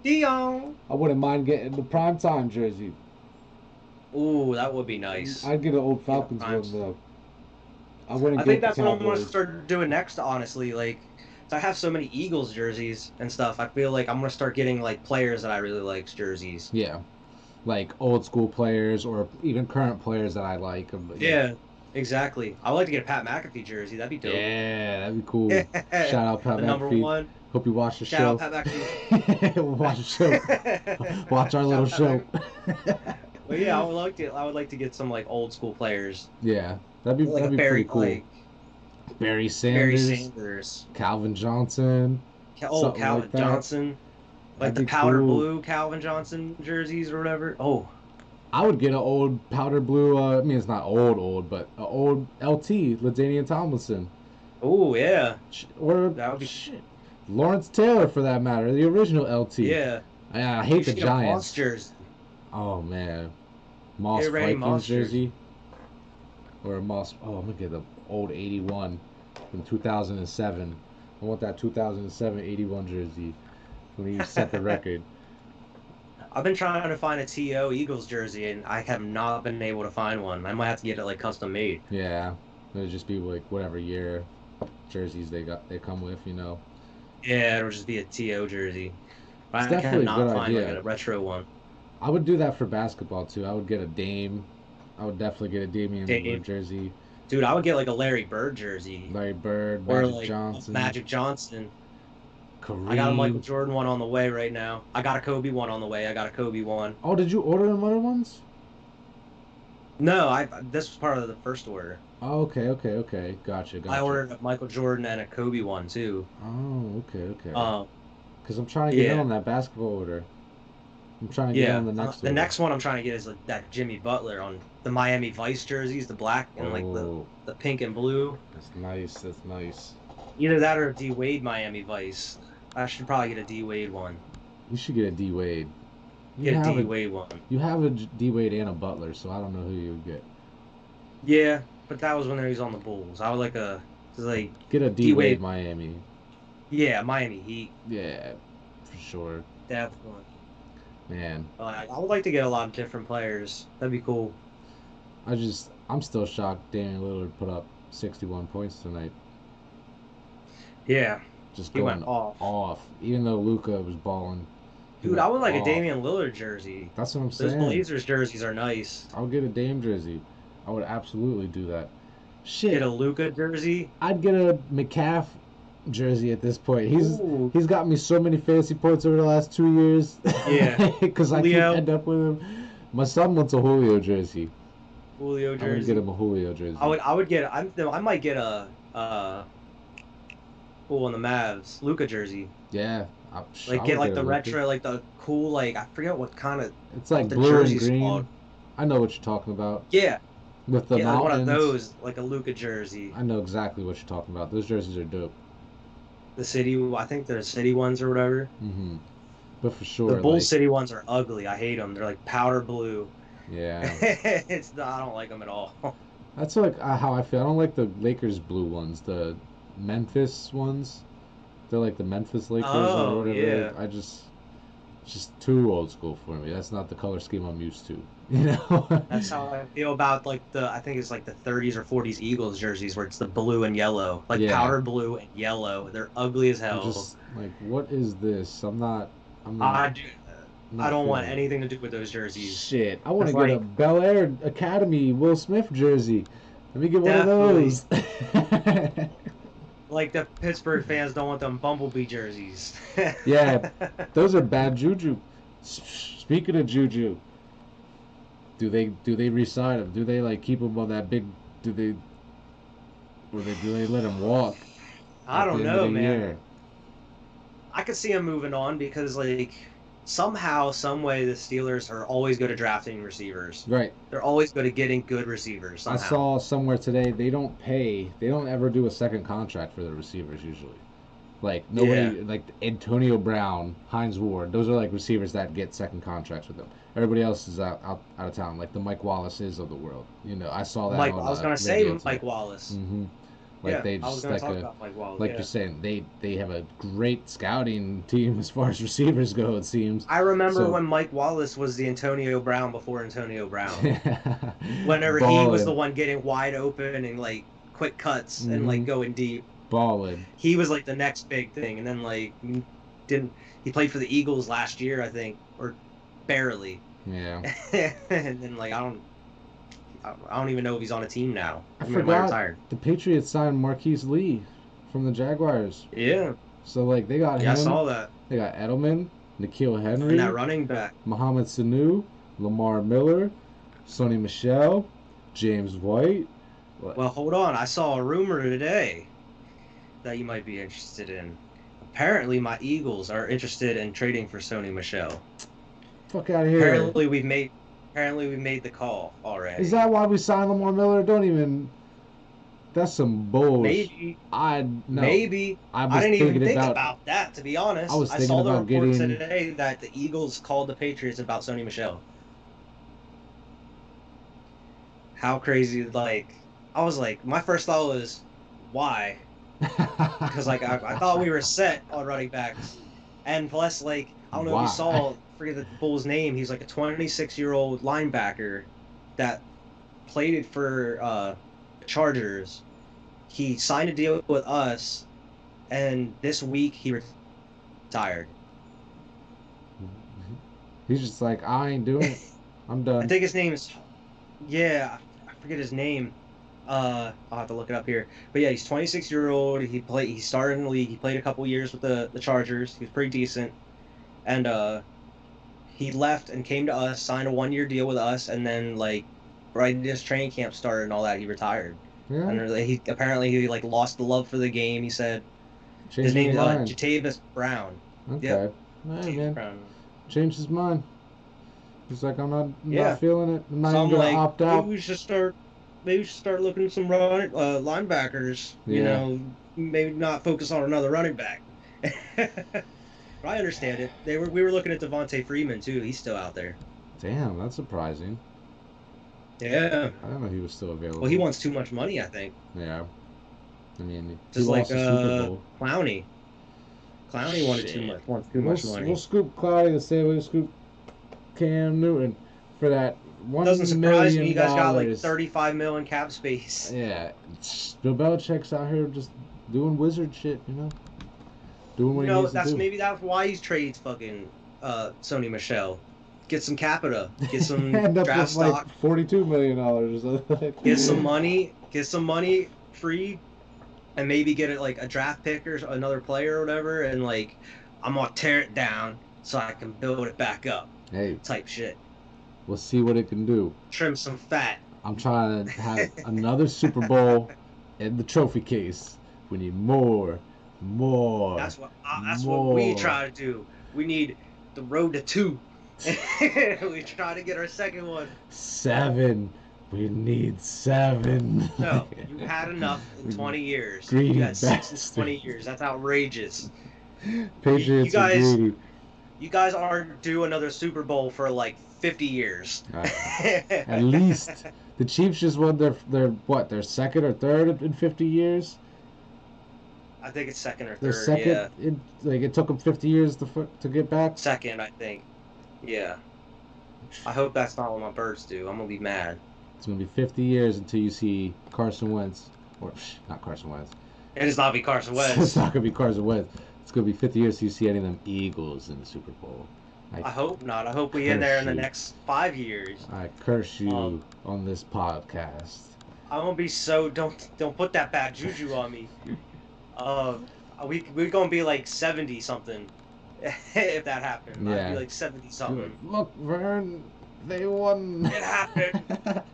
Speaker 1: Dion.
Speaker 2: I wouldn't mind getting the primetime jersey.
Speaker 1: Ooh, that would be nice. I,
Speaker 2: I'd get an old Falcons
Speaker 1: Yeah,
Speaker 2: one though. I wouldn't get
Speaker 1: think
Speaker 2: the
Speaker 1: that's what I'm gonna
Speaker 2: Cowboys.
Speaker 1: start doing next. Honestly, like, 'cause I have so many Eagles jerseys and stuff. I feel like I'm gonna start getting like players that I really likes jerseys.
Speaker 2: Yeah, like old school players or even current players that I like. um, but
Speaker 1: Yeah, exactly. I would like to get a Pat McAfee jersey. That'd be dope.
Speaker 2: yeah, that'd be cool. Shout out Pat
Speaker 1: the number
Speaker 2: McAfee.
Speaker 1: one.
Speaker 2: Hope you watch the
Speaker 1: Shout
Speaker 2: show.
Speaker 1: out Pat
Speaker 2: watch the show. Watch our little
Speaker 1: Shout out
Speaker 2: show.
Speaker 1: Pat Mc- But yeah, I would like to. I would like to get some like old school players,
Speaker 2: yeah, that'd be
Speaker 1: like
Speaker 2: that'd
Speaker 1: a
Speaker 2: be
Speaker 1: Barry,
Speaker 2: pretty cool.
Speaker 1: like
Speaker 2: Barry
Speaker 1: Barry
Speaker 2: Sanders,
Speaker 1: Sanders,
Speaker 2: Calvin Johnson.
Speaker 1: Ca- oh
Speaker 2: Something
Speaker 1: Calvin
Speaker 2: like that.
Speaker 1: Johnson, like
Speaker 2: That'd
Speaker 1: the
Speaker 2: be
Speaker 1: powder
Speaker 2: cool.
Speaker 1: blue Calvin Johnson jerseys or whatever. Oh,
Speaker 2: I would get an old powder blue. Uh, I mean, it's not old, old, but an old LT Ladainian Tomlinson,
Speaker 1: oh yeah,
Speaker 2: Sh- or
Speaker 1: That would be-
Speaker 2: shit, Lawrence Taylor for that matter, the original LT.
Speaker 1: yeah.
Speaker 2: I, I
Speaker 1: You
Speaker 2: hate the
Speaker 1: should get a Moss
Speaker 2: Giants.
Speaker 1: jersey.
Speaker 2: Oh man, Moss
Speaker 1: Hey, Randy
Speaker 2: Vikings
Speaker 1: Moss jersey.
Speaker 2: jersey, or a Moss. Oh, I'm gonna get the old '81 from 2007. I want that 2007 81 jersey when he set the record.
Speaker 1: I've been trying to find a TO Eagles jersey and I have not been able to find one. I might have to get it like custom made.
Speaker 2: Yeah, it'll just be like whatever year jerseys they got they come with, you know.
Speaker 1: Yeah, it'll just be a TO jersey. But
Speaker 2: It's
Speaker 1: I
Speaker 2: definitely a
Speaker 1: cannot
Speaker 2: good
Speaker 1: find like
Speaker 2: idea.
Speaker 1: a retro one.
Speaker 2: I would do that for basketball too. I would get a Dame. I would definitely get a Damian
Speaker 1: Dame.
Speaker 2: Lillard jersey,
Speaker 1: Dude, I would get like a Larry Bird jersey.
Speaker 2: Larry Bird,
Speaker 1: or
Speaker 2: Magic
Speaker 1: like
Speaker 2: Johnson,
Speaker 1: Magic Johnson.
Speaker 2: Kareem.
Speaker 1: I got a Michael Jordan one on the way right now. I got a Kobe one on the way. I got a Kobe one.
Speaker 2: Oh, did you order them other ones?
Speaker 1: No, I this was part of the first order.
Speaker 2: Oh, okay, okay, okay. Gotcha, gotcha.
Speaker 1: I ordered a Michael Jordan and a Kobe one too.
Speaker 2: Oh, okay, okay.
Speaker 1: Um,
Speaker 2: Because I'm trying to get in
Speaker 1: yeah.
Speaker 2: on that basketball order. I'm trying to get
Speaker 1: yeah, Uh,
Speaker 2: on the next.
Speaker 1: the
Speaker 2: order.
Speaker 1: next one I'm trying to get is like, that Jimmy Butler on the Miami Vice jerseys, the black and like the
Speaker 2: Oh,
Speaker 1: the pink and blue.
Speaker 2: that's nice. That's nice.
Speaker 1: Either that or a D Wade Miami Vice. I should probably get a D Wade one.
Speaker 2: You should get a D Wade. You
Speaker 1: Get a
Speaker 2: have
Speaker 1: D
Speaker 2: a
Speaker 1: Wade one.
Speaker 2: You have a D Wade and a Butler, so I don't know who you would get.
Speaker 1: Yeah, but that was when he was on the Bulls. I would like a it's like
Speaker 2: Get a D
Speaker 1: D-Wade.
Speaker 2: Wade Miami.
Speaker 1: yeah Miami Heat
Speaker 2: Yeah, for sure,
Speaker 1: definitely.
Speaker 2: man.
Speaker 1: Uh, I I would like to get a lot of different players. That'd be cool.
Speaker 2: I just I'm still shocked Damian Lillard put up 61 points tonight.
Speaker 1: Yeah,
Speaker 2: Just
Speaker 1: he
Speaker 2: going
Speaker 1: went off.
Speaker 2: off, even though Luca was balling. he
Speaker 1: Dude,
Speaker 2: went
Speaker 1: I would like a
Speaker 2: off.
Speaker 1: Damian Lillard jersey.
Speaker 2: That's what I'm
Speaker 1: Those
Speaker 2: saying.
Speaker 1: Blazers jerseys are nice.
Speaker 2: I'll get a Dame jersey. I would absolutely do that. Shit,
Speaker 1: Get a Luca jersey.
Speaker 2: I'd get a McCaff jersey at this point. He's
Speaker 1: Ooh,
Speaker 2: He's got me so many fantasy points over the last two years.
Speaker 1: Yeah.
Speaker 2: because I keep
Speaker 1: Julio.
Speaker 2: end up with him. My son wants a Julio jersey.
Speaker 1: Julio
Speaker 2: I'm gonna
Speaker 1: jersey.
Speaker 2: get him a Julio jersey.
Speaker 1: I would I would get I'm no, I might get a uh cool on the Mavs Luca jersey.
Speaker 2: yeah, I, psh,
Speaker 1: Like
Speaker 2: I
Speaker 1: get
Speaker 2: would
Speaker 1: like
Speaker 2: a
Speaker 1: the
Speaker 2: Luka.
Speaker 1: retro like the cool like I forget what kind of
Speaker 2: It's like
Speaker 1: the
Speaker 2: blue and
Speaker 1: jersey's
Speaker 2: green.
Speaker 1: called.
Speaker 2: I know what you're talking about
Speaker 1: yeah,
Speaker 2: with the
Speaker 1: yeah like one
Speaker 2: mountains.
Speaker 1: of those like a Luca jersey.
Speaker 2: I know exactly what you're talking about. Those jerseys are dope.
Speaker 1: The city I think they're city ones or whatever.
Speaker 2: hmm But for sure,
Speaker 1: the Bull
Speaker 2: like,
Speaker 1: City ones are ugly. I hate them. They're like powder blue.
Speaker 2: yeah,
Speaker 1: it's I don't like them at all.
Speaker 2: that's like uh, how I feel. I don't like the Lakers blue ones. The Memphis ones. They're like the Memphis Lakers
Speaker 1: Oh,
Speaker 2: or whatever.
Speaker 1: yeah.
Speaker 2: I just it's just too old school for me. That's not the color scheme I'm used to. You know.
Speaker 1: That's how I feel about like the I think it's like the 30s or 40s Eagles jerseys where it's the blue and yellow, like
Speaker 2: Yeah.
Speaker 1: powder blue and yellow. They're ugly as
Speaker 2: I'm
Speaker 1: hell.
Speaker 2: just like, what is this? I'm not. I'm not.
Speaker 1: I do.
Speaker 2: I'm not
Speaker 1: I don't want
Speaker 2: feeling it.
Speaker 1: anything to do with those jerseys.
Speaker 2: Shit, I want to
Speaker 1: It's
Speaker 2: get a Bel Air Academy Will Smith jersey. Let me get one of those.
Speaker 1: Like the Pittsburgh fans don't want them bumblebee jerseys.
Speaker 2: yeah, those are bad juju. S- Speaking of juju, do they do they resign him? Do they like keep him on that big? Do they? Or they do they let him walk?
Speaker 1: I
Speaker 2: at
Speaker 1: don't
Speaker 2: the end of
Speaker 1: know,
Speaker 2: the
Speaker 1: man.
Speaker 2: year?
Speaker 1: I could see him moving on because like somehow, some way, the Steelers are always good at drafting receivers.
Speaker 2: Right.
Speaker 1: They're always good at getting good receivers. Somehow.
Speaker 2: I saw somewhere today they don't pay. They don't ever do a second contract for the receivers usually. Like nobody, like Antonio Brown, Heinz Ward. Those are like receivers that get second contracts with them. Everybody else is out out, out of town. Like the Mike Wallace's of the world. You know, I saw that.
Speaker 1: Mike,
Speaker 2: on,
Speaker 1: I was
Speaker 2: uh,
Speaker 1: gonna say
Speaker 2: radio
Speaker 1: Mike
Speaker 2: today.
Speaker 1: Wallace.
Speaker 2: Mhm. Like
Speaker 1: yeah,
Speaker 2: they
Speaker 1: I was
Speaker 2: just
Speaker 1: gonna
Speaker 2: like
Speaker 1: talk
Speaker 2: a,
Speaker 1: about Mike Wallace.
Speaker 2: like
Speaker 1: yeah.
Speaker 2: you're saying they they have a great scouting team as far as receivers go. It seems.
Speaker 1: I remember
Speaker 2: So-
Speaker 1: when Mike Wallace was the Antonio Brown before Antonio Brown. Whenever he was
Speaker 2: Ballin',
Speaker 1: the one getting wide open and like quick cuts and like
Speaker 2: Mhm.
Speaker 1: going deep,
Speaker 2: balling.
Speaker 1: he was like the next big thing. And then like didn't he played for the Eagles last year, I think, or barely.
Speaker 2: Yeah.
Speaker 1: and then like I don't, I I don't even know if he's on a team now.
Speaker 2: I
Speaker 1: mean, he might
Speaker 2: forgot.
Speaker 1: retire.
Speaker 2: The Patriots signed Marquise Lee from the Jaguars.
Speaker 1: Yeah,
Speaker 2: So like they got
Speaker 1: Yeah, I
Speaker 2: him,
Speaker 1: saw that.
Speaker 2: they got Edelman, Nikhil Henry,
Speaker 1: And that running back.
Speaker 2: Mohamed Sanu, Lamar Miller, Sonny Michelle, James White. Like,
Speaker 1: Well, hold on. I saw a rumor today that you might be interested in. Apparently, my Eagles are interested in trading for Sony Michelle.
Speaker 2: fuck out of here.
Speaker 1: Apparently, we've made. Apparently, we made the call already.
Speaker 2: Is that why we signed Lamar Miller? Don't even. That's some bullshit.
Speaker 1: maybe?
Speaker 2: I no.
Speaker 1: Maybe
Speaker 2: I was
Speaker 1: I didn't
Speaker 2: thinking
Speaker 1: even think
Speaker 2: about,
Speaker 1: about, that. To be honest,
Speaker 2: I was
Speaker 1: I
Speaker 2: thinking
Speaker 1: saw the
Speaker 2: about
Speaker 1: report
Speaker 2: getting-
Speaker 1: today that the Eagles called the Patriots about Sony Michelle. How crazy! Like, I was like, my first thought was, why? because like I, I thought we were set on running backs, and plus like I don't know
Speaker 2: Why?
Speaker 1: if you saw forget the bull's name. He's like a 26 year old linebacker that played it for uh, Chargers. He signed a deal with us, and this week he retired.
Speaker 2: He's just like I ain't doing it. I'm
Speaker 1: I
Speaker 2: done.
Speaker 1: think his name is, yeah, I forget his name. Uh, I'll have to look it up here. But yeah, he's 26 year old. He played. He started in the league. He played a couple years with the the Chargers. He was pretty decent, and uh, he left and came to us, signed a one year deal with us, and then like right this training camp started and all that, he retired.
Speaker 2: Yeah,
Speaker 1: And he apparently he like lost the love for the game. He said
Speaker 2: change
Speaker 1: his name is uh,
Speaker 2: mind.
Speaker 1: Jatavis Brown.
Speaker 2: okay.
Speaker 1: yeah.
Speaker 2: Hey,
Speaker 1: Jatavis
Speaker 2: man,
Speaker 1: Brown.
Speaker 2: changed his mind. He's like I'm not, I'm
Speaker 1: Yeah.
Speaker 2: not feeling it. I'm not
Speaker 1: So I'm
Speaker 2: even gonna
Speaker 1: like,
Speaker 2: opt
Speaker 1: maybe
Speaker 2: out.
Speaker 1: we should start. Maybe we should start looking at some run, uh, linebackers. You
Speaker 2: Yeah.
Speaker 1: know, maybe not focus on another running back. but I understand it. They were we were looking at Devontae Freeman too. He's still out there.
Speaker 2: Damn, that's surprising.
Speaker 1: Yeah.
Speaker 2: I don't know he was still available.
Speaker 1: Well, he wants too much money, I think.
Speaker 2: Yeah. I mean,
Speaker 1: Just
Speaker 2: he
Speaker 1: like
Speaker 2: lost the Super
Speaker 1: uh,
Speaker 2: Bowl.
Speaker 1: Clowney. Clowney wanted too
Speaker 2: Shit.
Speaker 1: much. Wants too
Speaker 2: we'll,
Speaker 1: much money.
Speaker 2: we'll scoop Cloudy the same way we scoop Cam Newton for that one
Speaker 1: Doesn't surprise me.
Speaker 2: million
Speaker 1: You guys got like
Speaker 2: dollars.
Speaker 1: thirty-five mil in cap space.
Speaker 2: Yeah, Bill Belichick's out here just doing wizard shit, you know, doing what
Speaker 1: You
Speaker 2: he
Speaker 1: know,
Speaker 2: needs
Speaker 1: that's
Speaker 2: to do.
Speaker 1: maybe that's why he trades fucking uh, Sony Michelle. Get some capita, get some
Speaker 2: End up
Speaker 1: draft
Speaker 2: with
Speaker 1: stock,
Speaker 2: like forty-two million dollars. or something.
Speaker 1: get some money, get some money free, and maybe get it like a draft pick or another player or whatever. And like, I'm gonna tear it down so I can build it back up,
Speaker 2: Hey,
Speaker 1: type shit.
Speaker 2: we'll see what it can do.
Speaker 1: Trim some fat.
Speaker 2: I'm trying to have another Super Bowl in the trophy case. We need more, more.
Speaker 1: That's what uh, that's what we
Speaker 2: More.
Speaker 1: try to do. We need the road to two. we try to get our second one.
Speaker 2: Seven. We need seven.
Speaker 1: No, you had enough in 20 years.
Speaker 2: Greedy
Speaker 1: you got six
Speaker 2: bastards.
Speaker 1: in 20 years. That's outrageous.
Speaker 2: Patriots
Speaker 1: You guys-
Speaker 2: are greedy.
Speaker 1: You guys aren't due another Super Bowl for like 50 years.
Speaker 2: Uh, At least the Chiefs just won their their what their second or third in fifty years.
Speaker 1: I think it's second or
Speaker 2: Their
Speaker 1: third.
Speaker 2: second,
Speaker 1: Yeah,
Speaker 2: in, like it took them fifty years to fu- to get back.
Speaker 1: second, I think. Yeah. I hope that's not what my birds do. I'm gonna be mad.
Speaker 2: It's gonna be fifty years until you see Carson Wentz or psh, not Carson Wentz.
Speaker 1: It is not be Carson
Speaker 2: it's
Speaker 1: Wentz.
Speaker 2: not gonna be Carson Wentz. It's gonna be fifty years till you see any of them Eagles in the Super Bowl.
Speaker 1: I hope not. I hope we in there in the
Speaker 2: Hershey.
Speaker 1: next five years.
Speaker 2: I curse you
Speaker 1: Um,
Speaker 2: on this podcast.
Speaker 1: I'm gonna be so don't don't put that bad juju on me. Uh, we we're gonna be like seventy something if that happened. I'd
Speaker 2: Yeah.
Speaker 1: be like seventy
Speaker 2: You're
Speaker 1: something.
Speaker 2: like, Look, Vern, they won.
Speaker 1: um, It happened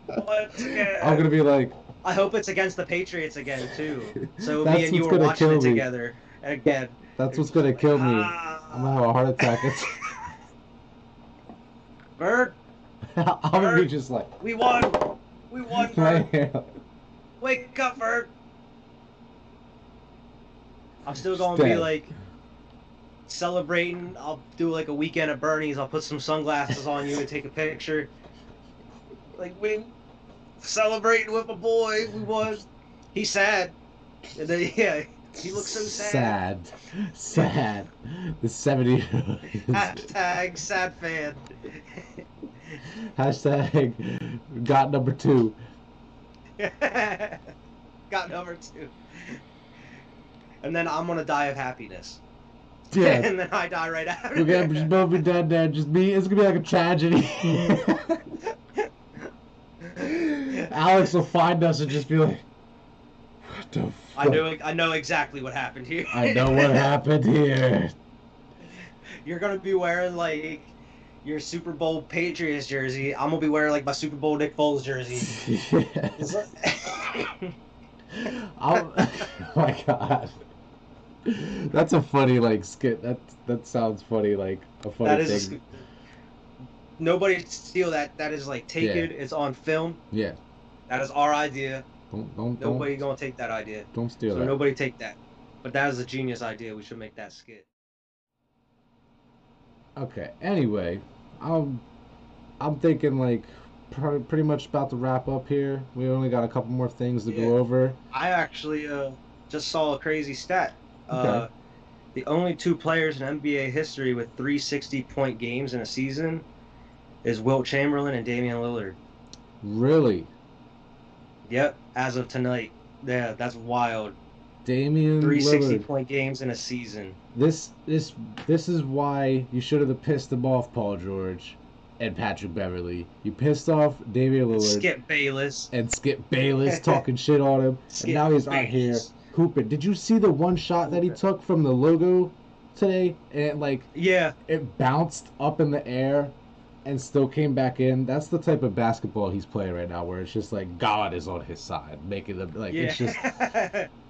Speaker 1: once again.
Speaker 2: I'm gonna be like,
Speaker 1: I hope it's against the Patriots again too. So
Speaker 2: That's
Speaker 1: me and you
Speaker 2: what's
Speaker 1: were
Speaker 2: gonna
Speaker 1: watching
Speaker 2: kill
Speaker 1: it
Speaker 2: me.
Speaker 1: together again.
Speaker 2: that's what's gonna kill me. I'm gonna have a heart attack. It's
Speaker 1: Bird,
Speaker 2: I'm gonna be just like,
Speaker 1: we won. We won. Bird.
Speaker 2: man,
Speaker 1: Wake up, Bird. I'm still
Speaker 2: Just
Speaker 1: gonna be
Speaker 2: dead.
Speaker 1: like celebrating. I'll do like a weekend at Bernie's. I'll put some sunglasses on you and take a picture. Like we celebrating with a boy. We was. He's sad. And then, yeah, he looks so sad.
Speaker 2: sad, sad. The seventy.
Speaker 1: Hashtag sad fan.
Speaker 2: Hashtag got number two.
Speaker 1: Got number two. And then I'm gonna die of happiness.
Speaker 2: Yeah,
Speaker 1: and then I die right after.
Speaker 2: we're gonna just both be dead there. Just me. It's gonna be like a tragedy. Alex will find us and just be like, "What the
Speaker 1: I know I know exactly what happened here.
Speaker 2: I know what happened here.
Speaker 1: You're gonna be wearing like your Super Bowl Patriots jersey. I'm gonna be wearing like my Super Bowl Nick Foles jersey.
Speaker 2: Yes. I'll- oh my god. That's a funny like skit. That that sounds funny like a funny
Speaker 1: that is a
Speaker 2: thing.
Speaker 1: sc- nobody steal that. That is like taken. It's on film.
Speaker 2: yeah.
Speaker 1: That is our idea.
Speaker 2: Don't don't
Speaker 1: Nobody
Speaker 2: don't,
Speaker 1: gonna take that idea.
Speaker 2: don't steal
Speaker 1: so
Speaker 2: that.
Speaker 1: nobody take that. But that is a genius idea. We should make that skit.
Speaker 2: Okay. Anyway, I'm I'm thinking like pr- pretty much about to wrap up here. We only got a couple more things to
Speaker 1: Yeah.
Speaker 2: go over.
Speaker 1: I actually uh, just saw a crazy stat. Uh, The only two players in NBA history with three 60 point games in a season is Wilt Chamberlain and Damian Lillard.
Speaker 2: Really,
Speaker 1: Yep, as of tonight. Yeah, that's
Speaker 2: Mm,
Speaker 1: wild.
Speaker 2: Damian
Speaker 1: Three 60
Speaker 2: Lillard.
Speaker 1: point games in a season.
Speaker 2: This this this is why you should have pissed them off, Paul George, and Patrick Beverly. You pissed off Damian Lillard
Speaker 1: Skip Bayless.
Speaker 2: and Skip Bayless talking shit on him,
Speaker 1: Skip
Speaker 2: and now he's out here
Speaker 1: Bayless.
Speaker 2: hooping. Did you see the one shot that he
Speaker 1: Hooping.
Speaker 2: took from the logo today? And it, like
Speaker 1: Yeah,
Speaker 2: it bounced up in the air and still came back in. That's the type of basketball he's playing right now, where it's just like God is on his side, making them like
Speaker 1: yeah.
Speaker 2: it's just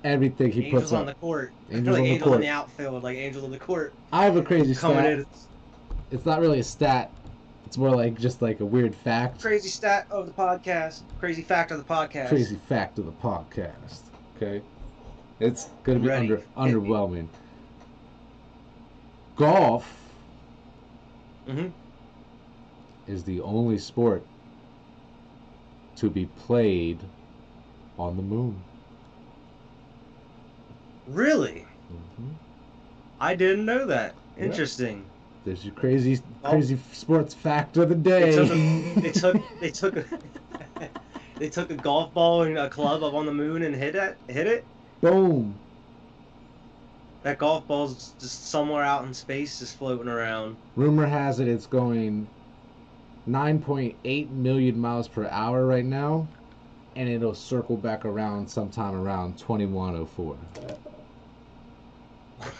Speaker 2: everything he
Speaker 1: angels
Speaker 2: puts
Speaker 1: on
Speaker 2: on.
Speaker 1: the court.
Speaker 2: Angels
Speaker 1: like
Speaker 2: on the
Speaker 1: angel in
Speaker 2: court.
Speaker 1: the outfield, like angel in the court.
Speaker 2: I have a crazy
Speaker 1: Coming
Speaker 2: stat.
Speaker 1: in.
Speaker 2: It's not really a stat. It's more like just like a weird fact,
Speaker 1: Crazy stat of the podcast. Crazy fact of the podcast.
Speaker 2: crazy fact of the podcast. Okay, it's gonna be
Speaker 1: Ready.
Speaker 2: under underwhelming. Golf
Speaker 1: hmm
Speaker 2: is the only sport to be played on the moon.
Speaker 1: Really?
Speaker 2: Mm-hmm.
Speaker 1: I didn't know that.
Speaker 2: Yeah.
Speaker 1: Interesting.
Speaker 2: There's your crazy,
Speaker 1: Oh.
Speaker 2: crazy sports fact of the day.
Speaker 1: They took a, they took they took a, they took a golf ball and a club up on the moon and hit it hit it.
Speaker 2: Boom.
Speaker 1: That golf ball's just somewhere out in space, just floating around.
Speaker 2: Rumor has it it's going 9.8 million miles per hour right now, and it'll circle back around sometime around 2104.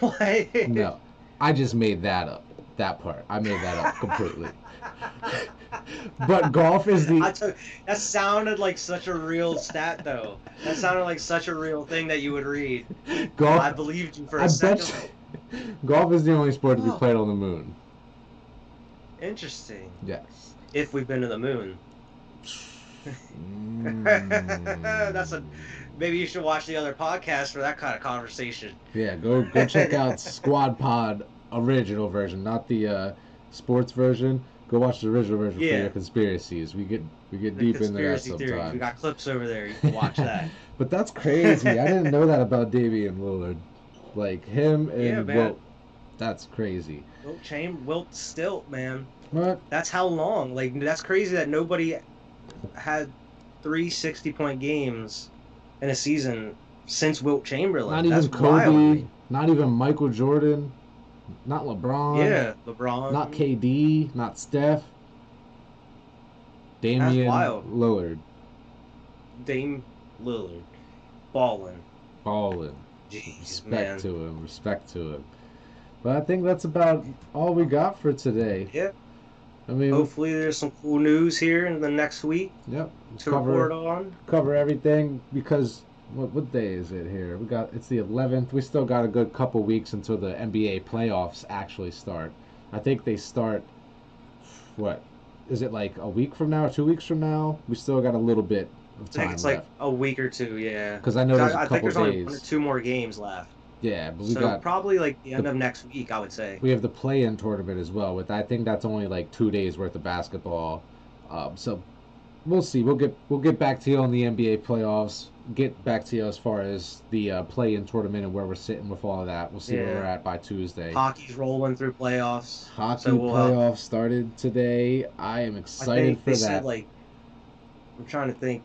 Speaker 1: What?
Speaker 2: No, I just made that up. That part, I made that up completely. but golf is the
Speaker 1: I took, that sounded like such a real stat, though. That sounded like such a real thing that you would read.
Speaker 2: golf.
Speaker 1: I believed you for a
Speaker 2: I
Speaker 1: second.
Speaker 2: bet you- golf is the only sport to be
Speaker 1: Oh.
Speaker 2: played on the moon.
Speaker 1: Interesting.
Speaker 2: Yes.
Speaker 1: If we've been to the moon,
Speaker 2: That's
Speaker 1: That's a- maybe you should watch the other podcast for that kind of conversation.
Speaker 2: yeah. Go go check out Squad Pod original version, not the uh, sports version. Go watch the original version for
Speaker 1: Yeah.
Speaker 2: your conspiracies. We get we get
Speaker 1: The
Speaker 2: deep into that
Speaker 1: conspiracy theories.
Speaker 2: sometimes.
Speaker 1: We got clips over there. You can watch that.
Speaker 2: but that's crazy. I didn't know that about Damian Lillard. Like him and
Speaker 1: Yeah, man.
Speaker 2: Wilt. That's crazy.
Speaker 1: Wilt Chamber, Wilt Stilt, man.
Speaker 2: But
Speaker 1: That's how long. Like that's crazy that nobody had three 60 point games in a season since Wilt Chamberlain.
Speaker 2: not
Speaker 1: that's
Speaker 2: even Kobe.
Speaker 1: wild.
Speaker 2: Not even Michael Jordan. Not LeBron.
Speaker 1: Yeah, LeBron.
Speaker 2: Not KD, not Steph. Damian
Speaker 1: wild.
Speaker 2: Lillard,
Speaker 1: Dame Lillard, Ballin.
Speaker 2: ballin.
Speaker 1: Jeez,
Speaker 2: Respect
Speaker 1: man.
Speaker 2: to him. Respect to him. But I think that's about all we got for today.
Speaker 1: Yeah.
Speaker 2: I mean,
Speaker 1: Hopefully, there's some cool news here in the next week
Speaker 2: yep.
Speaker 1: to report
Speaker 2: Cover
Speaker 1: on.
Speaker 2: cover everything because what what day is it here? We got it's the 11th. We still got a good couple weeks until the NBA playoffs actually start. I think they start what is it like a week from now or two weeks from now? We still got a little bit
Speaker 1: I
Speaker 2: of
Speaker 1: think
Speaker 2: time
Speaker 1: it's
Speaker 2: left.
Speaker 1: like a week or two. Yeah.
Speaker 2: Because I know there's a
Speaker 1: I, I think
Speaker 2: couple
Speaker 1: there's only one or
Speaker 2: days.
Speaker 1: two more games left.
Speaker 2: Yeah, but we
Speaker 1: So
Speaker 2: got
Speaker 1: probably like the end of next week, I would say.
Speaker 2: we have the play-in tournament as well. With I think that's only like two days worth of basketball. Um, so we'll see. We'll get we'll get back to you on the NBA playoffs. Get back to you as far as the uh, play-in tournament and where we're sitting with all of that. We'll see where
Speaker 1: Yeah.
Speaker 2: we're at by Tuesday.
Speaker 1: Hockey's rolling through playoffs.
Speaker 2: Hockey
Speaker 1: so we'll have-
Speaker 2: playoffs started today. I am
Speaker 1: I
Speaker 2: excited
Speaker 1: think
Speaker 2: for
Speaker 1: they
Speaker 2: that.
Speaker 1: said like I'm trying to think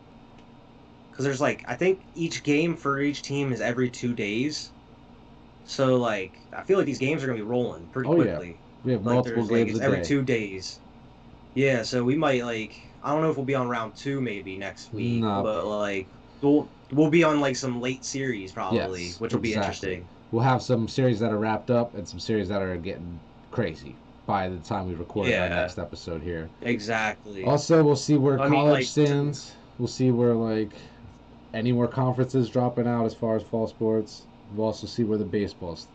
Speaker 1: because there's like I think each game for each team is every two days. So like I feel like these games are gonna be rolling pretty
Speaker 2: Oh, yeah.
Speaker 1: quickly.
Speaker 2: we have
Speaker 1: Like
Speaker 2: multiple
Speaker 1: there's like
Speaker 2: games
Speaker 1: it's
Speaker 2: a
Speaker 1: every
Speaker 2: day.
Speaker 1: two days. Yeah, so we might like I don't know if we'll be on round two maybe next week,
Speaker 2: No.
Speaker 1: but like we'll, we'll be on like some late series probably,
Speaker 2: Yes,
Speaker 1: which will be
Speaker 2: exactly.
Speaker 1: interesting.
Speaker 2: We'll have some series that are wrapped up and some series that are getting crazy by the time we record our
Speaker 1: Yeah.
Speaker 2: next episode here.
Speaker 1: Exactly.
Speaker 2: Also, we'll see where
Speaker 1: I mean,
Speaker 2: college
Speaker 1: like-
Speaker 2: stands. We'll see where like any more conferences dropping out as far as fall sports. We'll also see where the baseball s-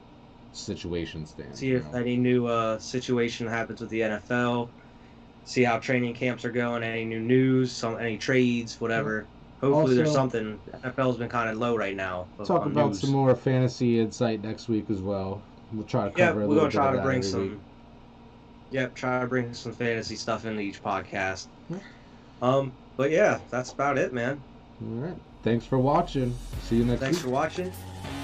Speaker 2: situation stands.
Speaker 1: See
Speaker 2: you
Speaker 1: if
Speaker 2: know.
Speaker 1: any new uh, situation happens with the NFL. See how training camps are going. Any new news? Some any trades? Whatever. Hopefully there's
Speaker 2: Also-
Speaker 1: something. NFL's been kind of low right now. of-
Speaker 2: talk
Speaker 1: on
Speaker 2: about
Speaker 1: news.
Speaker 2: some more fantasy insight next week as well. We'll try to cover
Speaker 1: Yeah,
Speaker 2: a
Speaker 1: we're
Speaker 2: little
Speaker 1: gonna
Speaker 2: bit
Speaker 1: try
Speaker 2: of
Speaker 1: to
Speaker 2: that
Speaker 1: bring
Speaker 2: every
Speaker 1: some.
Speaker 2: week.
Speaker 1: Yep, try to bring some fantasy stuff into each podcast.
Speaker 2: Yeah.
Speaker 1: Um, but yeah, that's about it, man.
Speaker 2: All right. Thanks for watching. See you next
Speaker 1: Thanks
Speaker 2: week.
Speaker 1: for watching.